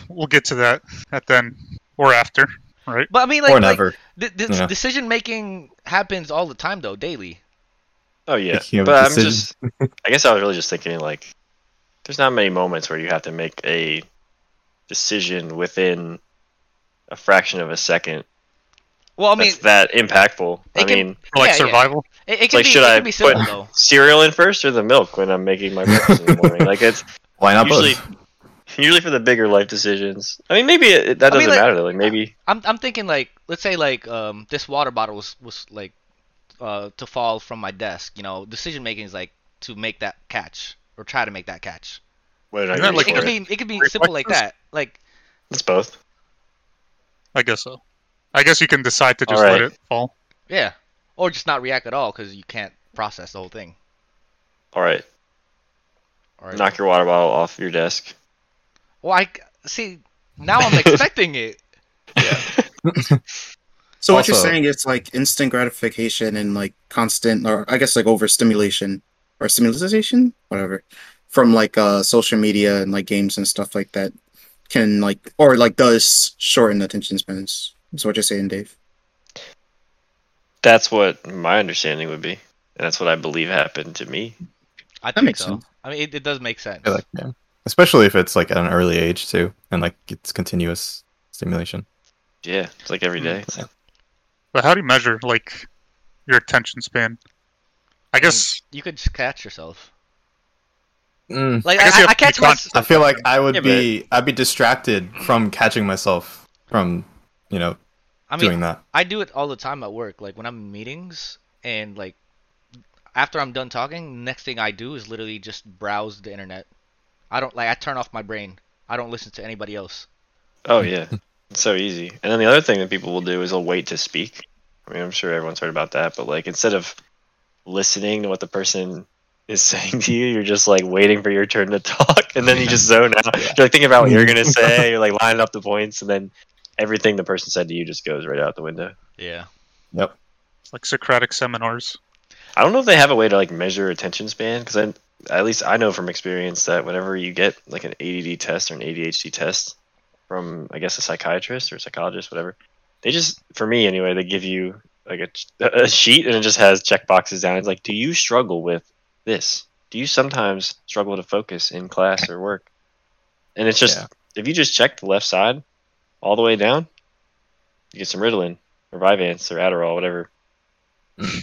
we'll get to that at then or after, right?
But I mean, like,
or
like,
never.
th- th-
Yeah.
decision making happens all the time, though, daily.
oh yeah.
Speaking of
But I'm
decisions.
just I guess I was really just thinking like there's not many moments where you have to make a decision within a fraction of a second
Well, I mean,
that's that impactful. I
it can-
mean
Or
Yeah,
like
yeah.
survival.
it, it
it's
can
like
be,
should
it
I
can be simple
put-
though.
cereal in first or the milk when I'm making my breakfast in the morning. Like it's
Why not
usually
both?
usually for the bigger life decisions. I mean maybe it, that
I
doesn't
mean, like-
matter though. Like maybe
I'm, I'm thinking like, let's say like, um, this water bottle was was like, uh, to fall from my desk. You know, decision making is like to make that catch or try to make that catch.
what did I
Isn't that
do
like
it
for
could
it?
be, it could be simple like that.
Reflections?
Like,
It's both.
I guess so. I guess you can decide to just
All
let
right.
it fall.
yeah, or just not react at all because you can't process the whole thing.
All right.
Or
Knock your water bottle off your desk.
Well, I see now I'm expecting it.
So what you're
Also-
saying is like instant gratification and like constant, or I guess like overstimulation or stimulation, whatever, from like uh social media and like games and stuff like that can like or like does shorten attention spans. Is what you're saying, Dave?
That's what my understanding would be. And that's what I believe happened to me.
I
That
think
makes
so.
sense.
I mean, it, it does make sense.
I like, yeah. Especially if it's like at an early age too, and like it's continuous stimulation.
Yeah, it's like every day. It's like-
But how do you measure like your attention span?
Hmm.
I guess
you could just catch yourself.
Mm.
Like
I
I,
guess you
I,
have to be
catch my.
conscious.
I feel like I would
Yeah, but-
be I'd be distracted from catching myself from you know
I mean,
doing that.
I do it all the time at work. Like when I'm in meetings and like after I'm done talking, next thing I do is literally just browse the internet. I don't like. I turn off my brain. I don't listen to anybody else.
oh, yeah. It's so easy. And then the other thing that people will do is they'll wait to speak. I mean, I'm sure everyone's heard about that, but like instead of listening to what the person is (laughs) saying to you, you're just like waiting for your turn to talk. And then you just zone out. You're like thinking about what you're going to say. You're like lining up the points. And then everything the person said to you just goes right out the window.
Yeah.
Yep.
it's like Socratic seminars.
I don't know if they have a way to like measure attention span because at least I know from experience that whenever you get like an ADD test or an ADHD test from I guess a psychiatrist or psychologist, whatever, they just for me anyway they give you like a, ch- a sheet and it just has check boxes down. It's like, do you struggle with this? Do you sometimes struggle to focus in class or work? And it's just
Yeah.
if you just check the left side all the way down, you get some Ritalin or Vyvanse or Adderall, whatever.
C-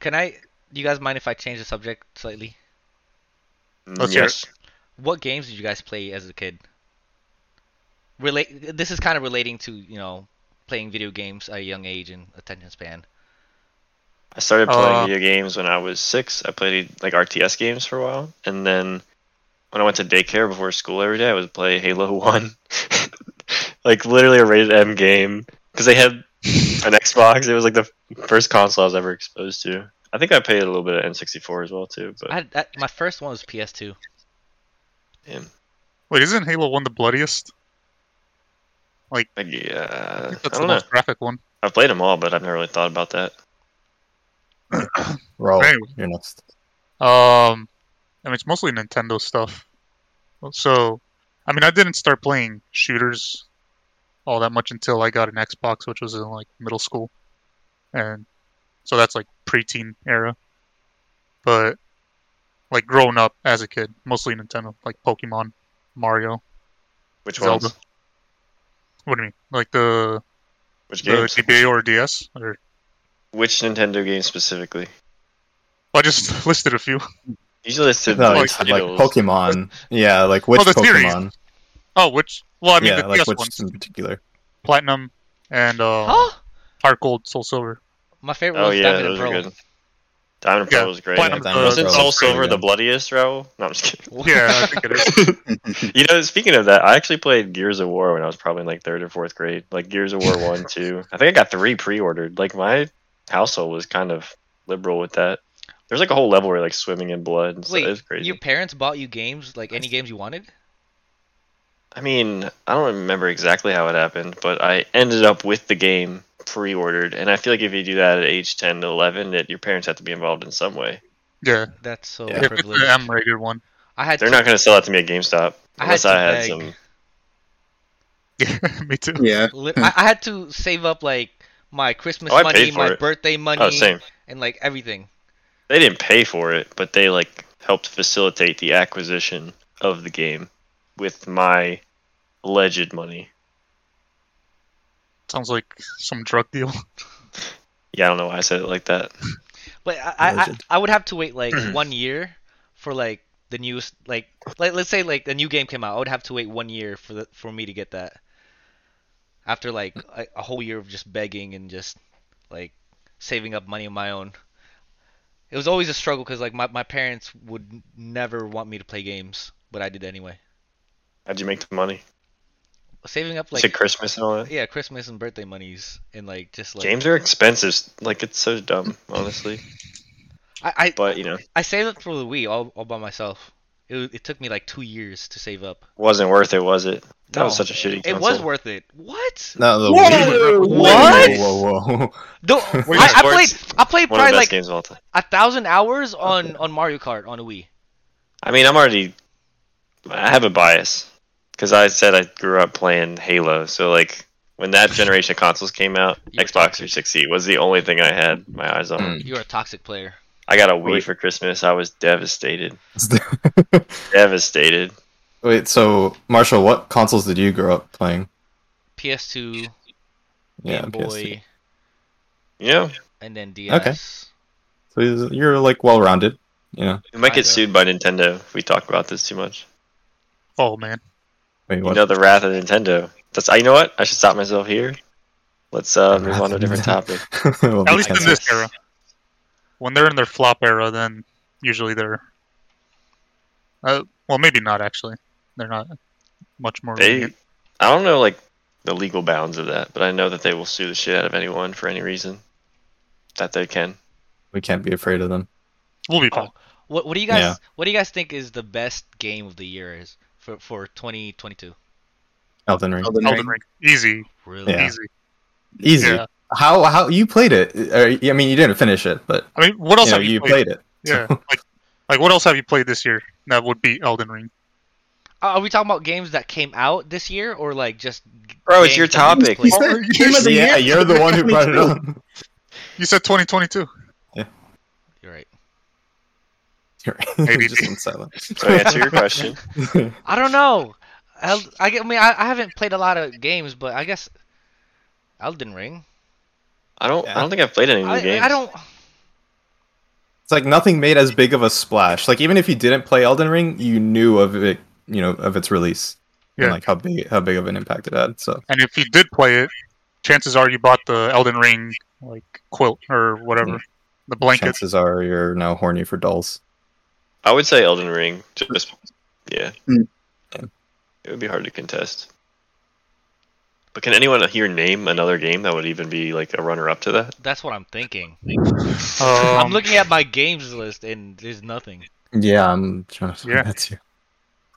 Can I? Do you guys mind if I change the subject slightly?
Let's hear it.
What games did you guys play as a kid? Relate. This is kind of relating to you know playing video games at a young age and attention span.
I started playing
Uh,
video games when I was six. I played like RTS games for a while, and then when I went to daycare before school every day, I would play Halo (laughs) One, like literally a rated M game because they had an Xbox. It was like the first console I was ever exposed to. I think I played a little bit of N64 as well too. But
I, had- that my first one was PS2.
damn,
Wait, isn't Halo One the bloodiest?
like, yeah, uh, I
That's the
don't know.
most graphic one.
I've played them all, but I've never really thought about that.
Roll.
Anyway.
You're next.
Um, I mean, it's mostly Nintendo stuff. So, I mean, I didn't start playing shooters all that much until I got an Xbox, which was in like middle school, and so that's like preteen era. But like growing up as a kid, mostly Nintendo, like Pokemon, Mario.
Which
Zelda.
ones?
What do you mean? Like the
Which
the
games?
GBA or DS? Or
Which Nintendo games specifically?
I just (laughs) listed a few.
Usually it's
No,
like,
it's like
titles.
Pokemon. Yeah, like which
Oh, the series.
Pokemon?
Oh, which? Well, I mean
yeah,
the
like
DS
which
ones,
in particular?
Platinum and uh,
Huh?
Heart Gold, Soul Silver.
My favorite
Oh
was
yeah,
Diamond and
those are
Pearl.
good. Diamond Pro
Yeah,
was great.
Platinum
Yeah,
Pro.
Wasn't
Pearl
Soul
was pretty
Silver the
good.
bloodiest, Raul? No, I'm just kidding.
(laughs)
Yeah,
(laughs)
I think it is.
(laughs)
You know, speaking of that, I actually played Gears of War when I was probably in like third or fourth grade. Like Gears of War
(laughs)
one, two. I think I got three pre-ordered. Like my household was kind of liberal with that. There's like a whole level where like swimming in blood and stuff.
Wait,
It was crazy.
your parents bought you games, like any games you wanted?
I mean, I don't remember exactly how it happened, but I ended up with the game pre-ordered, and I feel like if you do that at age 10 to 11, that your parents have to be involved in some way.
Yeah,
That's so
Yeah.
if it's (laughs)
privileged.
an M-rated one.
I had
They're
to,
not going to sell that to me at GameStop
I had
unless
to
I had
beg.
some.
Yeah, me too.
yeah.
li-
(laughs)
I, I had to save up like my Christmas
Oh, I
money,
paid for
my
it.
birthday money,
Oh, same.
and like everything.
They didn't pay for it, but they like helped facilitate the acquisition of the game with my alleged money.
Sounds like some drug deal. (laughs)
Yeah, I don't know why I said it like that.
But I, I, I,
Legend.
I would have to wait like one year for like the newest like like let's say like a new game came out. I would have to wait one year for the, for me to get that. After like a, a whole year of just begging and just like saving up money on my own, it was always a struggle because like my, my parents would n- never want me to play games, but I did anyway.
How'd you make the money?
Saving up
You
like
said Christmas and all that.
yeah Christmas and birthday monies and like just like
Games are expensive. Like it's so dumb, honestly.
I, I
But you know,
I saved up for the Wii all, all by myself. It, was- it took me like two years to save up.
wasn't worth it, was it? That was
No.
such a shitty.
It
Console.
was worth it.
(laughs)
What?
No, the
Whoa,
Wii.
what?
Whoa, whoa, whoa.
No,
Wii
I, I played.
Sports,
I played
one of the
probably
best
like
games of all time.
a thousand hours on on Mario Kart on a Wii.
I mean, I'm already. I have a bias because I said I grew up playing Halo, so like when that generation of consoles came out,
(laughs) You were
Xbox 360 was the only thing I had my eyes on.
Mm.
You're a toxic player.
I got a Wii
Wait.
for Christmas. I was devastated,
whoa. (laughs)
devastated.
Wait, so Marshall, what consoles did you grow up playing?
PS2, Game Boy,
PS2.
You know,
and then DS.
So he's- you're like well-rounded. Yeah.
we might get
Kinda.
sued by Nintendo if we talk about this too much.
Oh man,
Wait,
You
what?
know the wrath of Nintendo. That's. I. You know what? I should stop myself here. Let's uh,
The
move
wrath
on to a
of
different
Nintendo.
topic.
(laughs) Well,
at least in
because-
this era. When they're in their flop era, then usually they're. Uh, well, maybe not actually. They're not much more.
They,
lenient.
I don't know like the legal bounds of that, but I know that they will sue the shit out of anyone for any reason that they can.
we can't be afraid of them.
We'll be
Oh,
fine.
What What do you guys
Yeah.
What do you guys think is the best game of the year is for for 2022?
Elden Ring.
Elden
Elden
Ring.
Ring, easy,
Really?
Yeah.
easy.
Easy.
Yeah.
How how you played it? Uh, I mean, you didn't finish it, but
I mean, what
you,
else
know,
have you,
you
played?
played it.
Yeah, like, like what else have you played this year that would be Elden Ring?
Are we talking about games that came out this year or like just? g-
Bro, it's your
games that we
topic.
played?
He said game of the
Oh, yeah,
year.
you're the one who brought it
(laughs)
up.
You said 2022.
You're right.
(laughs) You're (laughs)
Maybe.
just in silence.
So to
(laughs)
answer your question.
I don't know. I, I, get- I mean, I, I haven't played a lot of games, but I guess Elden Ring.
I don't.
Yeah.
I don't think I've played any new
I,
games.
I don't.
It's like nothing made as big of a splash. Like even if you didn't play Elden Ring, you knew of it, you know, of its release.
Yeah.
And like how big how big of an impact it had. So
And if you did play it, chances are you bought the Elden Ring like quilt or whatever,
Mm.
the blanket.
chances are you're now horny for dolls.
I would say Elden Ring. Just yeah.
Hmm.
Mm.
It would be hard to contest. But can anyone here name another game that would even be like a runner up to that?
That's what I'm thinking.
Um,
I'm looking at my games list and there's nothing.
Yeah, I'm trying to find
Yeah.
that too.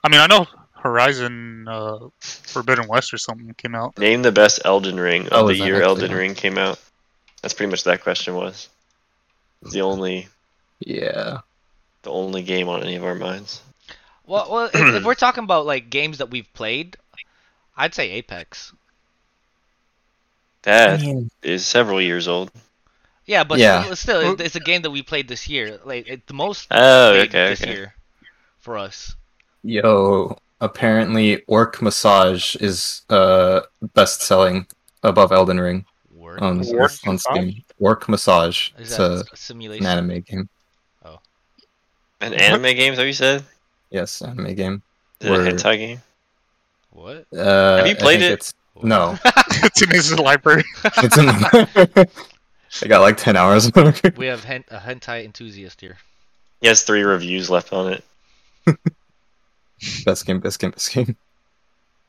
I mean, I know Horizon uh, Forbidden West or something came out. (laughs)
Name the best Elden Ring of
Oh,
the
is that
year
actually-
Elden Ring came out. That's pretty much that question was. It's the only
Yeah.
the only game on any of our minds.
Well, well if, if we're talking about like games that we've played, I'd say Apex.
That is several years old.
Yeah, but
Yeah.
still, still, it- it's a game that we played this year. Like it, the most
Oh,
played
okay,
this
okay.
year for us.
Yo, apparently Orc Massage is uh best selling above Elden Ring
Work.
Um,
on,
Orc
on
Massage?
Steam. Orc Massage.
Is
It's
that
uh,
a,
s- simulation?
an anime game.
An
(laughs)
anime game, have you said?
Yes, anime game.
Is it a
Word.
hentai game?
What?
Uh,
Have you
I
played
think
it?
It's, no,
(laughs)
it's in his library.
it's in. (laughs) I got like ten hours.
we have hen- a hentai enthusiast here.
He has three reviews left on it.
(laughs) best game, best game, best game.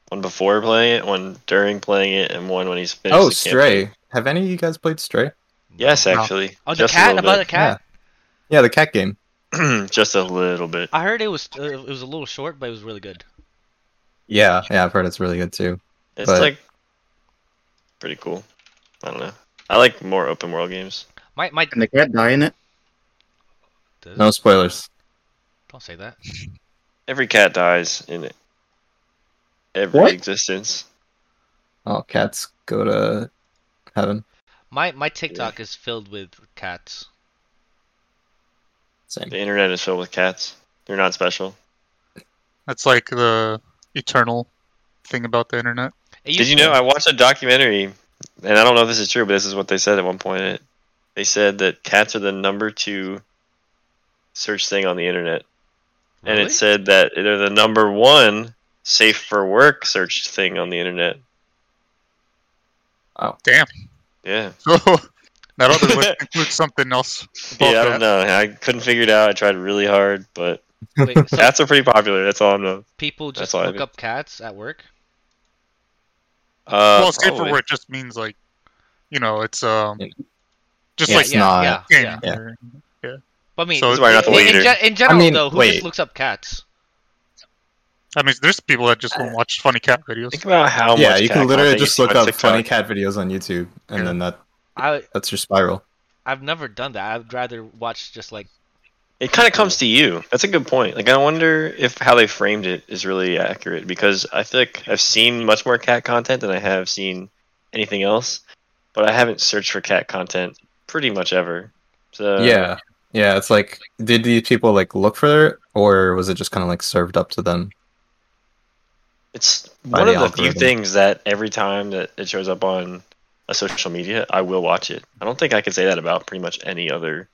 One before playing it, one during playing it, and one when he's finished.
Oh,
the campaign.
Stray. Have any of you guys played Stray?
Yes,
No.
actually.
Oh, the
Just a
cat
little
about the
bit.
cat.
Yeah, the cat game.
(clears throat) Just a little bit.
I heard it was uh, it was a little short, but it was really good.
Yeah, yeah, I've heard it's really good too.
It's
but-
like pretty cool. I don't know. I like more open world games.
My my
And the cat die in it.
No spoilers.
don't say that.
Every cat dies in it. Every
What?
existence.
All cats go to heaven.
My my TikTok is filled with cats.
Same.
The internet is filled with cats. They're not special.
That's like the eternal thing about the internet. (laughs)
It
Did
used
you
to-
know I watched a documentary, and I don't know if this is true, but this is what they said at one point. It, they said that cats are the number two search thing on the internet, and
Really?
it said that they're the number one safe for work search thing on the internet.
Damn.
Yeah,
So that other
(laughs)
list includes something else. about
yeah. I
that.
don't know. I couldn't figure it out. I tried really hard,
(laughs)
but (laughs)
Wait, so
cats are pretty popular. That's all I know.
people just
That's all I
look
do.
up cats at work.
Uh,
well, escape
probably.
from work just means like, you know, it's um,
Yeah.
just
Yeah,
like
It's
yeah,
not-
yeah,
game.
yeah.
Yeah.
or-
But I mean,
So
That's why you're not the
in, in,
leader.
gen- in general
mean,
though, who just
wait.
looks up cats?
I mean, there's people that just won't watch funny cat videos.
Think about how
yeah,
much
you
cat
can literally
content you
just
see
look
on
up
TikTok.
funny cat videos on YouTube, and
Yeah.
then that
I
that's your spiral.
I've never done that. I'd rather watch just like
It kind of comes to you. That's a good point. Like I wonder if how they framed it is really accurate because I feel like I've seen much more cat content than I have seen anything else, but I haven't searched for cat content pretty much ever. So
yeah, yeah. It's like, did these people like look for it, or was it just kind of like served up to them?
it's
By
one
the
of the few
algorithm.
things that every time that it shows up on a social media, I will watch it. I don't think I can say that about pretty much any other,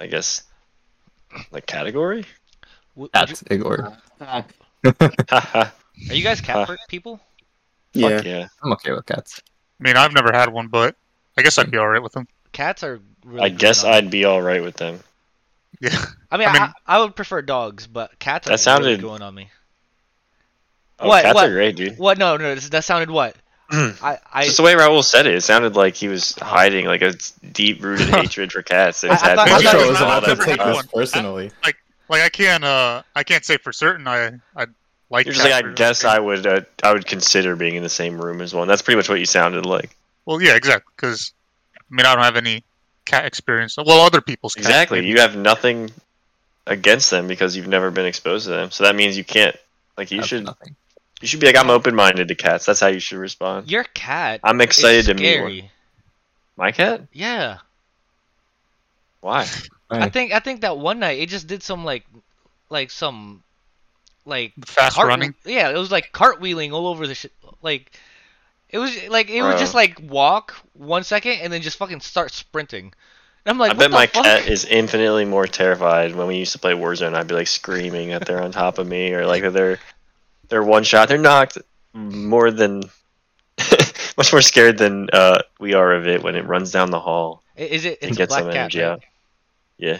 I guess, like category. (laughs)
w- would
Cat Igor.
Haha.
you- are you guys cat per- people?
yeah.
yeah,
I'm okay with cats.
I mean, I've never had one, but I guess I'd be all right with them.
Cats are really
I
good
guess
on-
I'd be all right with them.
(laughs) Yeah.
I mean, I,
I mean-
I, would prefer dogs, but cats are
That
really
sounded-
going on me.
Oh,
What-
cats
what-
are great, dude.
What? No, no, this, that sounded what? I, I,
Just the way Raul said it, it sounded like he was hiding like a deep rooted hatred for cats. That he's
I- I
had
thought
for
you guys
years.
were
was
not
about to
never
take
had
this
one.
personally.
Like, I can't, uh, I can't say for certain. I, I
(laughs)
like.
You're just like,
cat
I
videos.
guess I would, uh, I would consider being in the same room as one. That's pretty much what you sounded like.
Well, yeah, exactly. Because I mean, I don't have any cat experience. Well, other people's cats,
Exactly.
maybe.
You have nothing against them because you've never been exposed to them. So that means you can't. Like you
That's
should,
nothing.
you should be like, I'm open minded to cats. That's how you should respond.
your cat.
I'm
is
excited to meet
scary.
one. My cat?
Yeah,
Why?
I
Hey.
think I think that one night it just did some like, like some, like
fast
cart-
running.
Yeah, it was like cartwheeling all over the shit. Like, it was like it would
Bro.
just like walk one second and then just fucking start sprinting. And I'm like,
I
what
bet
the
my
fuck?
cat is infinitely more terrified. When we used to play Warzone, I'd be like screaming that they're on top of me, or like that they're they're one shot, they're knocked more than (laughs) much more scared than uh, we are of it when it runs down the hall
I- Is it?
and
It's a
gets
black
some
cat.
energy
Right?
out. Yeah,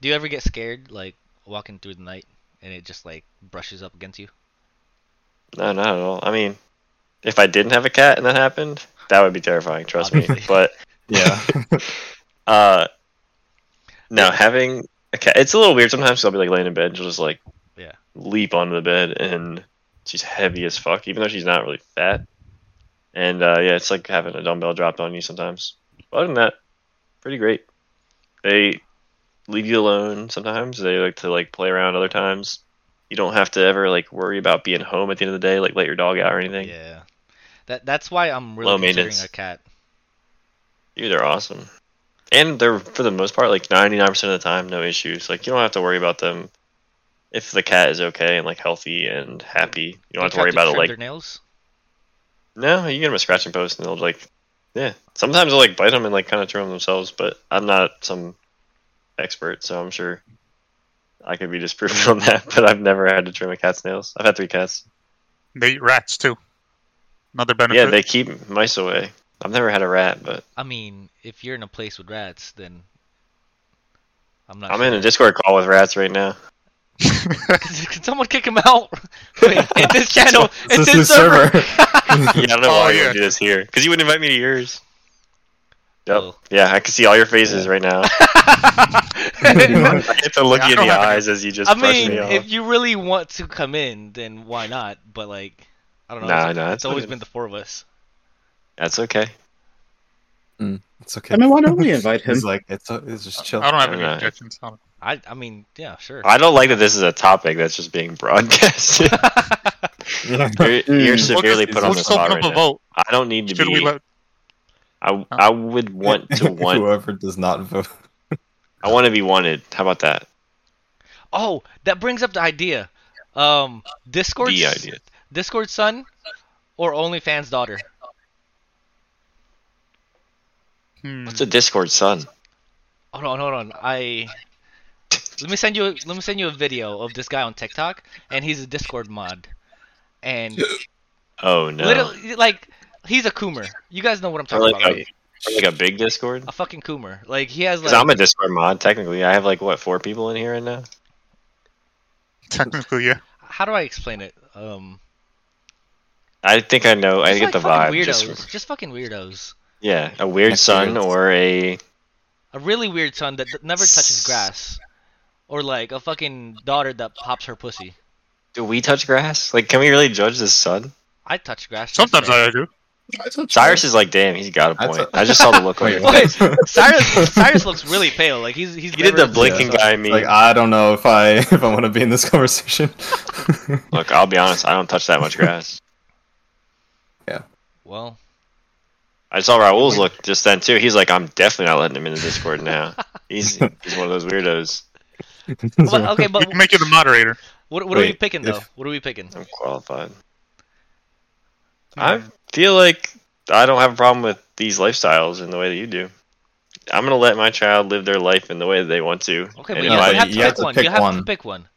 Do you ever get scared like walking through the night and it just like brushes up against you?
no, not at all. I mean, If I didn't have a cat and that happened, that would be terrifying. Trust me. But
(laughs) Yeah.
uh, now having a cat, it's a little weird. Sometimes I'll be like laying in bed, and she'll just like
Yeah.
leap onto the bed, and she's heavy as fuck, even though she's not really fat. And uh, yeah, it's like having a dumbbell dropped on you sometimes. But other than that, pretty great. They leave you alone sometimes. They like to like play around other times. You don't have to ever like worry about being home at the end of the day, like let your dog out or anything.
Yeah. That that's why I'm really
Low
considering
maintenance.
a cat.
Dude, they're awesome. And they're for the most part like 99% of the time no issues. Like you don't have to worry about them if the cat is okay and like healthy and happy. You don't have to worry about it
trim
like
their nails.
no, you get them a scratching post and they'll like yeah. Sometimes they'll like bite them and like kind of trim 'em themselves, but I'm not some expert, so I'm sure I could be disproven (laughs) on that, but I've never had to trim a cat's nails. I've had three cats.
They eat rats too. Another benefit.
Yeah, they keep mice away. I've never had a rat, but
I mean, if you're in a place with rats, then I'm not.
I'm in a Discord call with rats right now.
(laughs) Can, can someone kick him out? (laughs)
(laughs)
Wait, in this channel, in
This
this,
is his
server.
server.
(laughs) yeah, I don't know
Oh,
why you
yeah.
would do this here. Because you wouldn't invite me to yours. Yep.
(laughs)
(laughs)
Oh.
Yeah, I can see all your faces right (laughs) now. I get to look
Yeah, I
you in
don't
the
have any-
eyes as you just
I
brush
mean,
me off.
if you really want to come in, then why not? But like, I don't know.
Nah,
it's,
nah,
it's
it's
always
okay.
been the four of us.
That's okay.
(laughs) It's okay.
I mean, why don't we invite him?
He's like, it's, it's just chill.
(laughs) I don't have any
Alright.
objections. I don't-
I, I mean, yeah, sure.
I don't like that this is a topic that's just being (laughs) broadcasted.
Yeah.
you're, you're
Mm.
severely
We'll
put
We'll
on the
just
spot
open
right
up a
now.
vote.
I don't need to
Should
be.
we let?
I, I would want (laughs)
(laughs)
to want.
Whoever does not vote.
I want to be wanted. How about that?
(laughs) Oh, that brings up the idea. Um, Discord.
The idea.
Discord son, or OnlyFans daughter.
Hmm. (laughs)
What's a Discord son?
Hold on, hold on. I let me send you. a- Let me send you a video of this guy on TikTok, and he's a Discord mod, and
Oh no.
literally like he's a coomer. You guys know what I'm
I'm
talking
like,
about.
a,
right?
I'm like a big Discord.
A fucking coomer. Like he has
Because
Uh, like
I'm a Discord mod technically. I have like what four people in here right now.
Technically, yeah.
how do I explain it? Um,
I think I know. I
just,
get
like,
the
fucking
vibe. Just
Weirdos, just, fucking weirdos.
Yeah, a weird
That's
son
weird.
or a
A really weird son that never touches grass, or like a fucking daughter that pops her pussy.
do we touch grass? Like, can we really judge this son?
I touch grass. trust
Sometimes
me.
I do.
Cyrus is like, damn, he's got a
That's
point. I just saw the
(laughs)
look on
Wait,
your
what?
face.
Cyrus Cyrus looks really pale. Like he's he's
He did
never-
the blinking
yeah.
guy meme.
Like, I don't know if I (laughs) if I want to be in this conversation. (laughs)
look, I'll be honest, I don't touch that much grass.
Well,
I saw Raul's look just then too. He's like, I'm definitely not letting him into Discord now. He's he's one of those weirdos.
but, okay,
(laughs)
but
We can make you the moderator.
what, what are we
Wait,
picking though?
if-
What are we picking?
I'm qualified. I feel like I don't have a problem with these lifestyles in the way that you do. I'm gonna let my child live their life in the way that they want to.
Okay,
And
but
if
you
no,
I-
have,
you
to pick
have to
one.
pick
you have to
one.
pick one.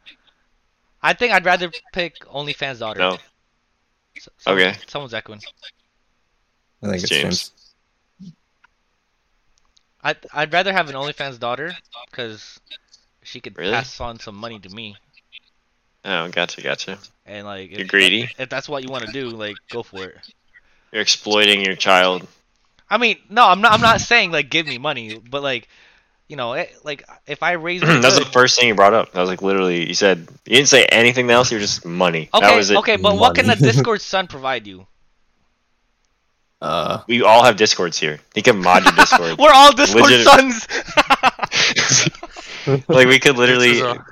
I think I'd rather pick OnlyFans daughter.
no,
So- someone-
Okay.
Someone's echoing.
I think
It's
it's
James.
James.
I I'd rather have an OnlyFans daughter because she could
Really?
pass on some money to me
oh, gotcha, gotcha.
and like. If,
You're greedy.
If that's what you want to do, like go for it.
You're exploiting your (clears throat) child.
I mean, no, I'm not. I'm not saying like give me money, but like, you know, it, like if
(clears throat)
I raise. her
That's the
good-
first thing you brought up. That was like literally you said you didn't say anything else. You were just money. that
Okay,
was it.
okay, but what can the
Money.
Discord son
(laughs)
provide you?
Uh,
We all have discords here. He can mod (laughs) your discord.
We're all Discord
Legit- (laughs)
sons. (laughs)
like we could
This
literally,
is a-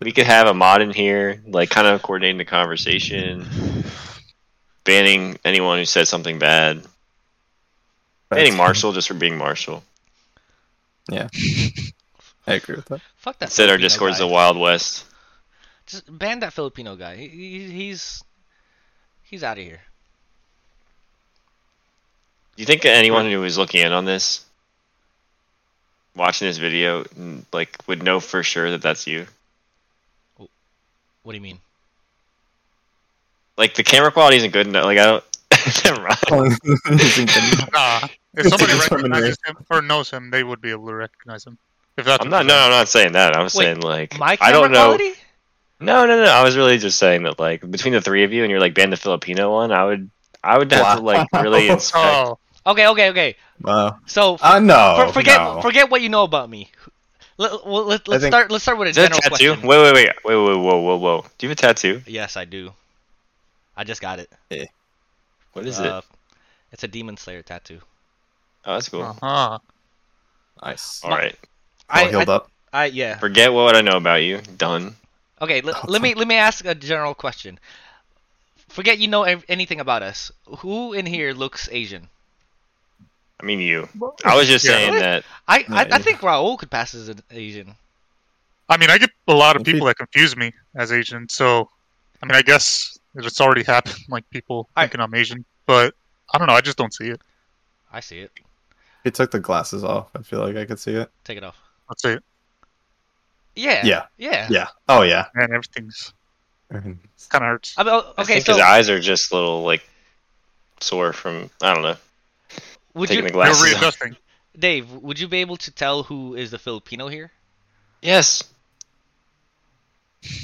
we could have a mod in here, like kind of coordinating the conversation, banning anyone who said something bad, banning Marshall just for being Marshall.
I agree with that. (laughs)
Fuck that.
Said our
Filipino
discord's
guy.
the Wild West.
Just ban that Filipino guy. He, he, he's he's out of here.
Do you think anyone who was looking in on this, watching this video, n- like would know for sure that that's you?
What do you mean?
Like the camera quality isn't good enough. Like I don't. (laughs) Never mind.
Nah. If somebody
It's a
recognizes him or knows him, they would be able to recognize him. If that's
I'm not. No, I'm not saying that. I was
Wait,
saying like
My
I
camera
don't know.
quality?
No, no, no. I was really just saying that like between the three of you and you're like ban the Filipino one. I would. I would have to like really inspect.
Oh,
Okay, okay, okay.
Wow.
So
Uh,
Oh,
no.
for, forget
no.
forget what you know about me. Let, well, let,
I
let's
think-
start. Let's start with a
Is that
general
a tattoo?
question.
Wait, wait, wait, wait, wait, whoa, whoa, whoa! Do you have a tattoo?
Yes, I do. I just got it.
What is
Uh,
it?
It's a Demon Slayer tattoo.
Oh, that's cool.
uh-huh.
Nice.
All right,
All
I,
healed
I,
up.
I yeah.
forget what I know about you. Done.
Okay, l-
Oh,
let me let me ask a general question. Forget you know ev- anything about us. Who in here looks Asian?
I mean, you. I was just
Yeah.
saying that.
I I,
Yeah.
I think Raul could pass as an Asian.
I mean, I get a lot of
If you-
people that confuse me as Asian. So, I mean, I guess it's already (laughs) happened. Like people
I-
thinking I'm Asian, but I don't know. I just don't see it.
I see it.
If He took the glasses off. I feel like I could see it.
Take it off.
That's it.
Yeah.
Yeah.
Yeah. Mm-hmm.
Yeah. Oh yeah.
And everything's
It's
kind of hurts.
I mean, o-
I
okay,
think
so
his eyes are just a little like sore from I don't know
would
taking
you,
the
They're
glasses. off.
readjusting.
Dave, would you be able to tell who is the Filipino here?
Yes.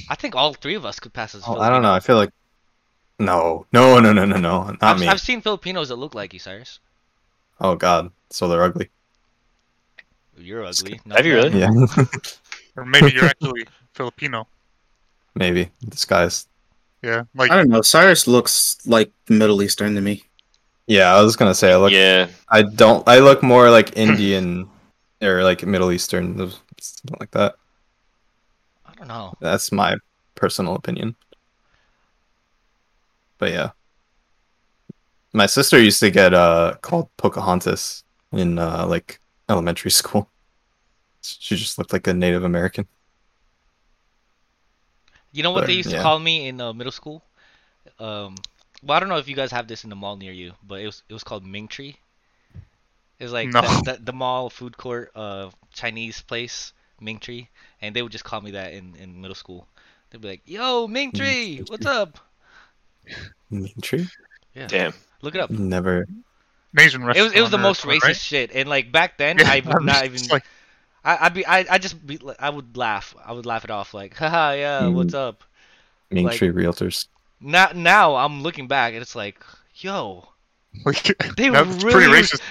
I think all three of us could pass as
Oh,
Filipino.
I don't know. I feel like no, no, no, no, no, no, no, not
I've,
me.
I've seen Filipinos that look like you, Cyrus.
Oh god, so
(laughs)
they're ugly.
You're ugly. No,
Have you
no.
really?
Yeah, (laughs)
Or maybe you're actually
(laughs)
Filipino.
maybe disguised.
Yeah, like
I don't know. Cyrus looks like Middle Eastern to me.
Yeah, I was gonna say I look.
yeah.
I don't. I look
(clears throat)
more like Indian or like Middle Eastern, something like that.
I don't know.
That's my personal opinion. But yeah, my sister used to get uh called Pocahontas in uh like elementary (laughs) school. She just looked like a Native American.
You know what
But,
they used
yeah.
to call me in uh, middle school? Um, well, I don't know if you guys have this in the mall near you, but it was it was called Ming Tree. It was like
No.
the, the, the mall food court uh, Chinese place Ming Tree, and they would just call me that in, in middle school. They'd be like, "Yo, Ming Tree, what's up?
Country?
Damn.
Look it up."
Never
an Asian
It was
restaurant.
it was the
or-
most
right?
racist shit, and like back then,
(laughs) Yeah,
I would
I'm
not
just
even.
like,
I I'd be I I just be, I would laugh. I would laugh it off like, haha, yeah,
Mm.
what's up?
Main
Like-
Tree Realtors.
Now now I'm looking back and it's like, yo,
like,
they were
that's
really
pretty
(laughs)
racist.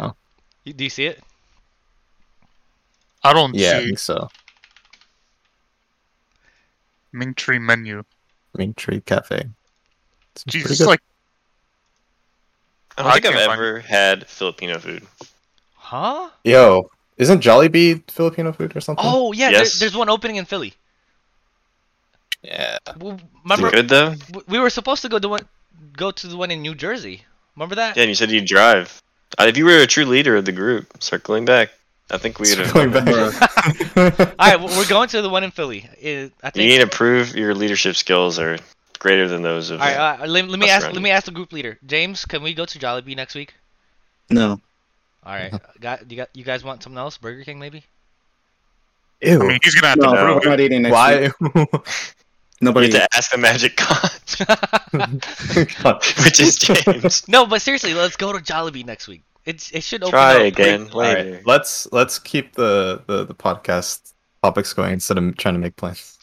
Oh,
You- Do you see it?
I don't
yeah, I
see
think so.
Ming Tree menu.
Main Tree Cafe. It's pretty
Jesus,
good.
like
I don't
I
think I've
can't find-
ever had Filipino food.
Huh?
yo, isn't Jollibee Filipino food or something?
Oh yeah, there-
Yes.
there's one opening in Philly.
yeah.
W-
Is
Remember,
it good though?
w- we were supposed to go to one, go to the one in New Jersey. Remember that?
Yeah, and you said you drive. Uh, if you were a true leader of the group, circling back, I think we'd
(laughs)
have.
Going back.
All right, w- we're going to the one in Philly. It, I
You
think.
need to prove your leadership skills are greater than those of.
All right, uh, all right, let, let me
Us
ask.
around
Let
you.
me ask the group leader, James. Can we go to Jollibee next week?
No.
(laughs)
All right, got you. Got you guys want something else? Burger King maybe? (laughs)
(laughs) Ew.
I mean, he's gonna have
No,
to prove
we're
it.
not eating next week.
why?
you
Nobody.
have to ask the magic (laughs) god,
(laughs) God.
which
(laughs)
is
(laughs)
James.
No, but seriously, let's go to Jollibee next week. It's it should open
Try
up.
again
All right,
later.
let's let's keep the, the the podcast topics going instead of trying to make plans.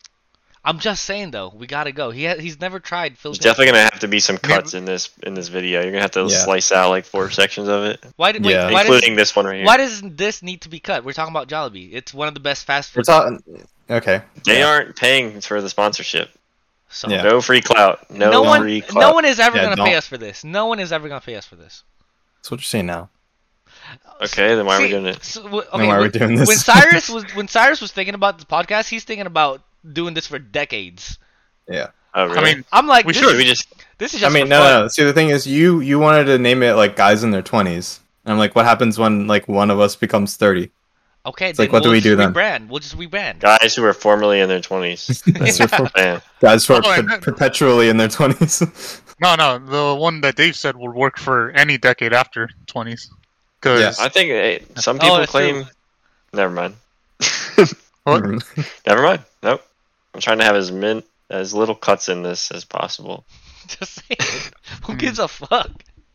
I'm just saying though, we gotta go. He ha- he's never tried
There's
Filipino.
definitely gonna have to be some cuts in this in this video. You're gonna have to
Yeah.
slice out like four sections of it,
Why did wait,
Yeah.
why does
including this one right here.
why does this need to be cut? We're talking about Jollibee. It's one of the best fast
We're
food.
talking. Okay.
They
yeah.
aren't paying for the sponsorship.
so
Yeah.
No free clout. No,
no
free
one
clout.
no one is ever
Yeah,
gonna
don't.
pay us for this. No one is ever gonna pay us for this.
That's what you're saying now.
Okay, then why are we
See,
doing it?
so- w- okay,
why are we
when-
doing this?
When Cyrus was when Cyrus was thinking about the podcast, he's thinking about doing this for decades.
Oh, really?
I mean,
I'm like,
We
this,
should,
Is,
we just
this is
I
just
mean,
for
no,
fun.
no. See, the thing is, you you wanted to name it like guys in their twenties, and I'm like, what happens when like one of us becomes thirty?
Okay,
It's like,
then
what do
we'll
we do
just
then?
Rebrand. We'll just rebrand.
guys who are formerly in their twenties.
Guys who are for-
Man,
guys who are
Oh, I
per-
meant-
perpetually in their twenties.
No, no, the one that Dave said would work for any decade after 20s. Because
I think eh, some
Oh,
people
that's
claim.
true.
Never mind.
(laughs)
What?
Mm.
Never mind. Nope. I'm trying to have as min as little cuts in this as possible.
(laughs) Just saying. Who
Hmm.
gives a fuck? (laughs)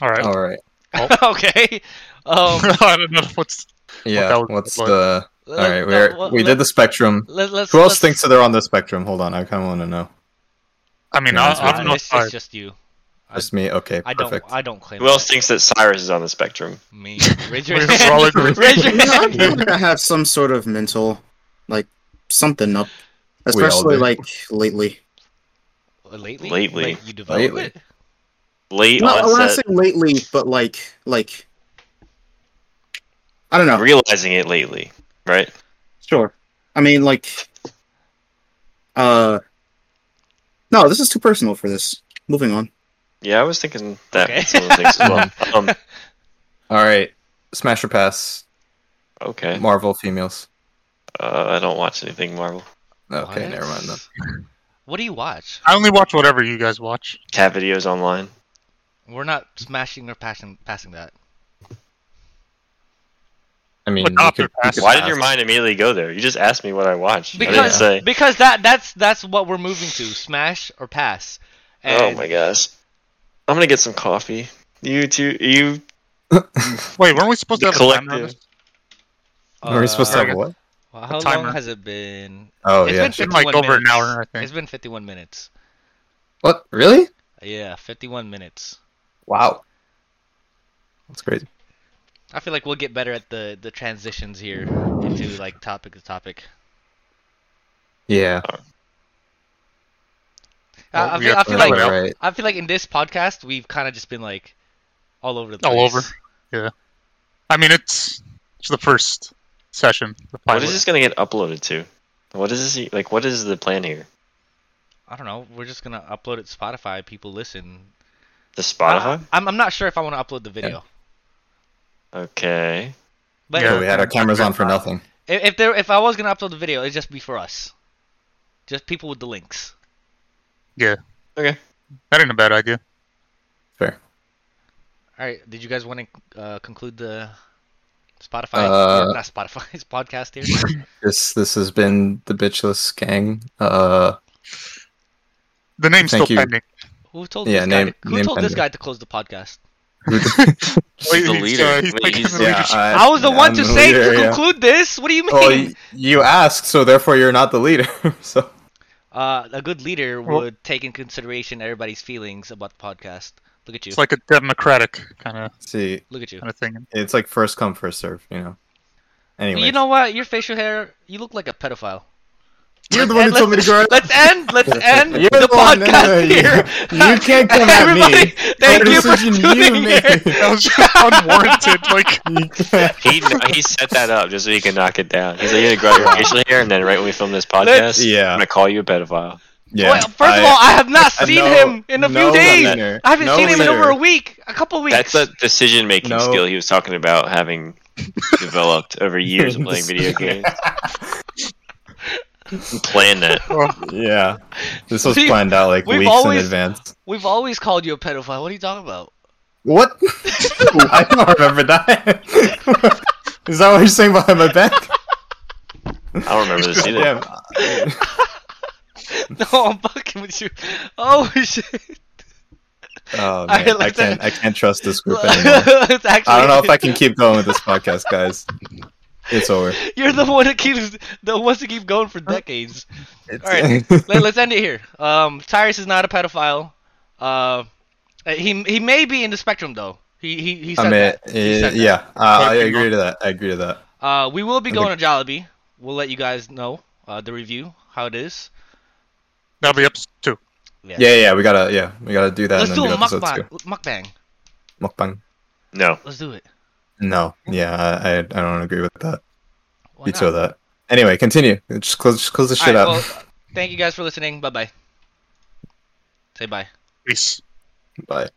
all right,
All right.
okay. Um,
(laughs)
(laughs) I don't know what's
Yeah.
that would
what's
look
the
All
All right, we're, we did the spectrum.
Let, let's,
Who else
let's-
thinks that they're on the spectrum? Hold on, I kind of want to know.
I mean,
Yeah,
I,
that's
I don't
fine.
know.
it's,
if I-
it's just you. I-
Just me. Okay,
I
perfect.
don't. I don't claim.
Who else
that.
thinks that Cyrus is on the spectrum?
Me. Raise
(laughs)
your
We're
hand. (laughs)
all agree.
Raise your
You know, I
hand.
feel like I have some sort of mental, like something up,
We all
especially
do.
like lately.
Lately.
Lately.
Like, you develop
Lately.
it?
Late
Not when I say
onset,
lately, but like like I don't know.
realizing it lately, right?
Sure. I mean, like, uh, no, this is too personal for this. Moving on.
Yeah, I was thinking that
Okay.
someone thinks as
(laughs)
well. Um,
All right, smash or pass?
okay,
Marvel females.
uh, I don't watch anything Marvel.
Okay,
What?
never mind then.
What do you watch?
I only watch whatever you guys watch.
Cat videos online.
We're not smashing or passing passing that.
I mean,
But
you could-
not their
you could
passes.
Why
pass.
did your mind immediately go there? You just asked me what I watched. I didn't
Because
say.
because that that's that's what we're moving to. Smash or pass.
Oh
And
my gosh, I'm gonna get some coffee. You two, you
Wait, weren't we supposed
The
to have a timer on
collective.
this?
Are we supposed to
Uh,
have what?
Well, how
timer.
long has it been?
Oh
It's
yeah.
been
It's been like
51
over an
minutes.
hour, I think.
It's been 51 minutes.
What? Really?
Yeah, 51 minutes.
Wow. That's crazy.
I feel like we'll get better at the the transitions here into like topic to topic.
Yeah.
Well,
I, I
we
feel,
got
I feel
the-
All
like
Right.
right.
I feel like in this podcast we've kind of just been like all over the place.
All over. I mean, it's it's the first session. The
what
pilot.
is this gonna get uploaded to? What is this like? What is the plan here?
I don't know. We're just gonna upload it to Spotify. People listen.
The Spotify?
I, am I'm not sure if I want to upload the video.
Okay.
But
Yeah.
So we had our cameras on for nothing.
if, if there if I was gonna upload the video, it'd just be for us, just people with the links.
That ain't a bad idea.
All right. Did you guys want to uh, conclude the Spotify?
Uh,
not (laughs) Spotify's podcast here.
This this has been the bitchless gang. Uh,
The name's
Thank
still
you.
pending.
Who told
Yeah,
this guy?
name-
To, who
name
told this
pending.
guy to close the podcast?
Wait,
He's the
he's,
leader.
uh, he's
Wait,
taking
he's-
the
yeah,
leadership.
I was the
yeah,
one
Uh, I'm
to
the
say
leader,
to
yeah.
conclude this. What do you mean?
Well, y- you asked, so therefore you're not the leader. (laughs) so
Uh, a good leader
Well-
would take in consideration everybody's feelings about the podcast. Look at you.
It's like a democratic kind of
see,
Look at you.
kind of
(laughs)
thing.
it's like first come, first serve. You know. Anyway,
You know what? Your facial hair, you look like a pedophile.
you're the
And let's, (laughs) let's end. Let's end
(laughs) You're
the,
the one
podcast
that-
here.
(laughs) you can't come at
(laughs)
me.
Everybody, thank you for
Criticism you
tuning
made.
in.
That was (laughs) unwarranted. Like, (laughs)
He he set that up just so he can knock it down. He's like, you're gonna grow out your facial hair, and then right when we film this podcast,
yeah.
I'm gonna call you a pedophile.
yeah.
well, first of all, I have not
I
seen
know-
him in a few
no
days.
leader.
I haven't
No
seen him in over
leader.
a week, a couple weeks.
That's a decision making
No.
skill he was talking about having developed over years of
(laughs)
playing video games. Plan that.
well,
yeah, this was
We've-
planned out like
we've
weeks
always-
in advance.
We've always called you a pedophile. What are you talking about? (laughs)
What? (laughs) I don't remember that. (laughs) Is that what you're saying behind my back?
I don't remember this either.
Yeah.
No, I'm fucking with you. Oh (laughs) shit!
Oh
I
man, I,
like
can't.
that.
I can't trust
(laughs)
this group anymore.
it's actually,
I don't know if I can keep going with this podcast, guys. It's over.
(laughs) You're the one that keeps that wants to keep going for decades.
It's,
All
(laughs)
right. Let, us end it here. Um, Tyrus is not a pedophile. Uh, he he may be in the spectrum though. He he he
I
said
mean,
that. He
eh,
said that.
yeah, uh, I
Sorry,
agree to that. I agree to that.
Uh, we will be
I
going to Jollibee. We'll let you guys know uh, the review how it is.
that'll be up to.
Yeah, yeah, we gotta, yeah, we gotta do that.
Let's
and
do
then
a
episode
mukbang. Mukbang.
two. Mukbang.
No.
Let's do it.
No, yeah, I, I I don't agree with that.
Why
Veto
not?
that. Anyway, continue. Just close, just close the
All
shit
right,
out.
well, thank you guys for listening. Bye bye. Say bye.
Peace.
Bye.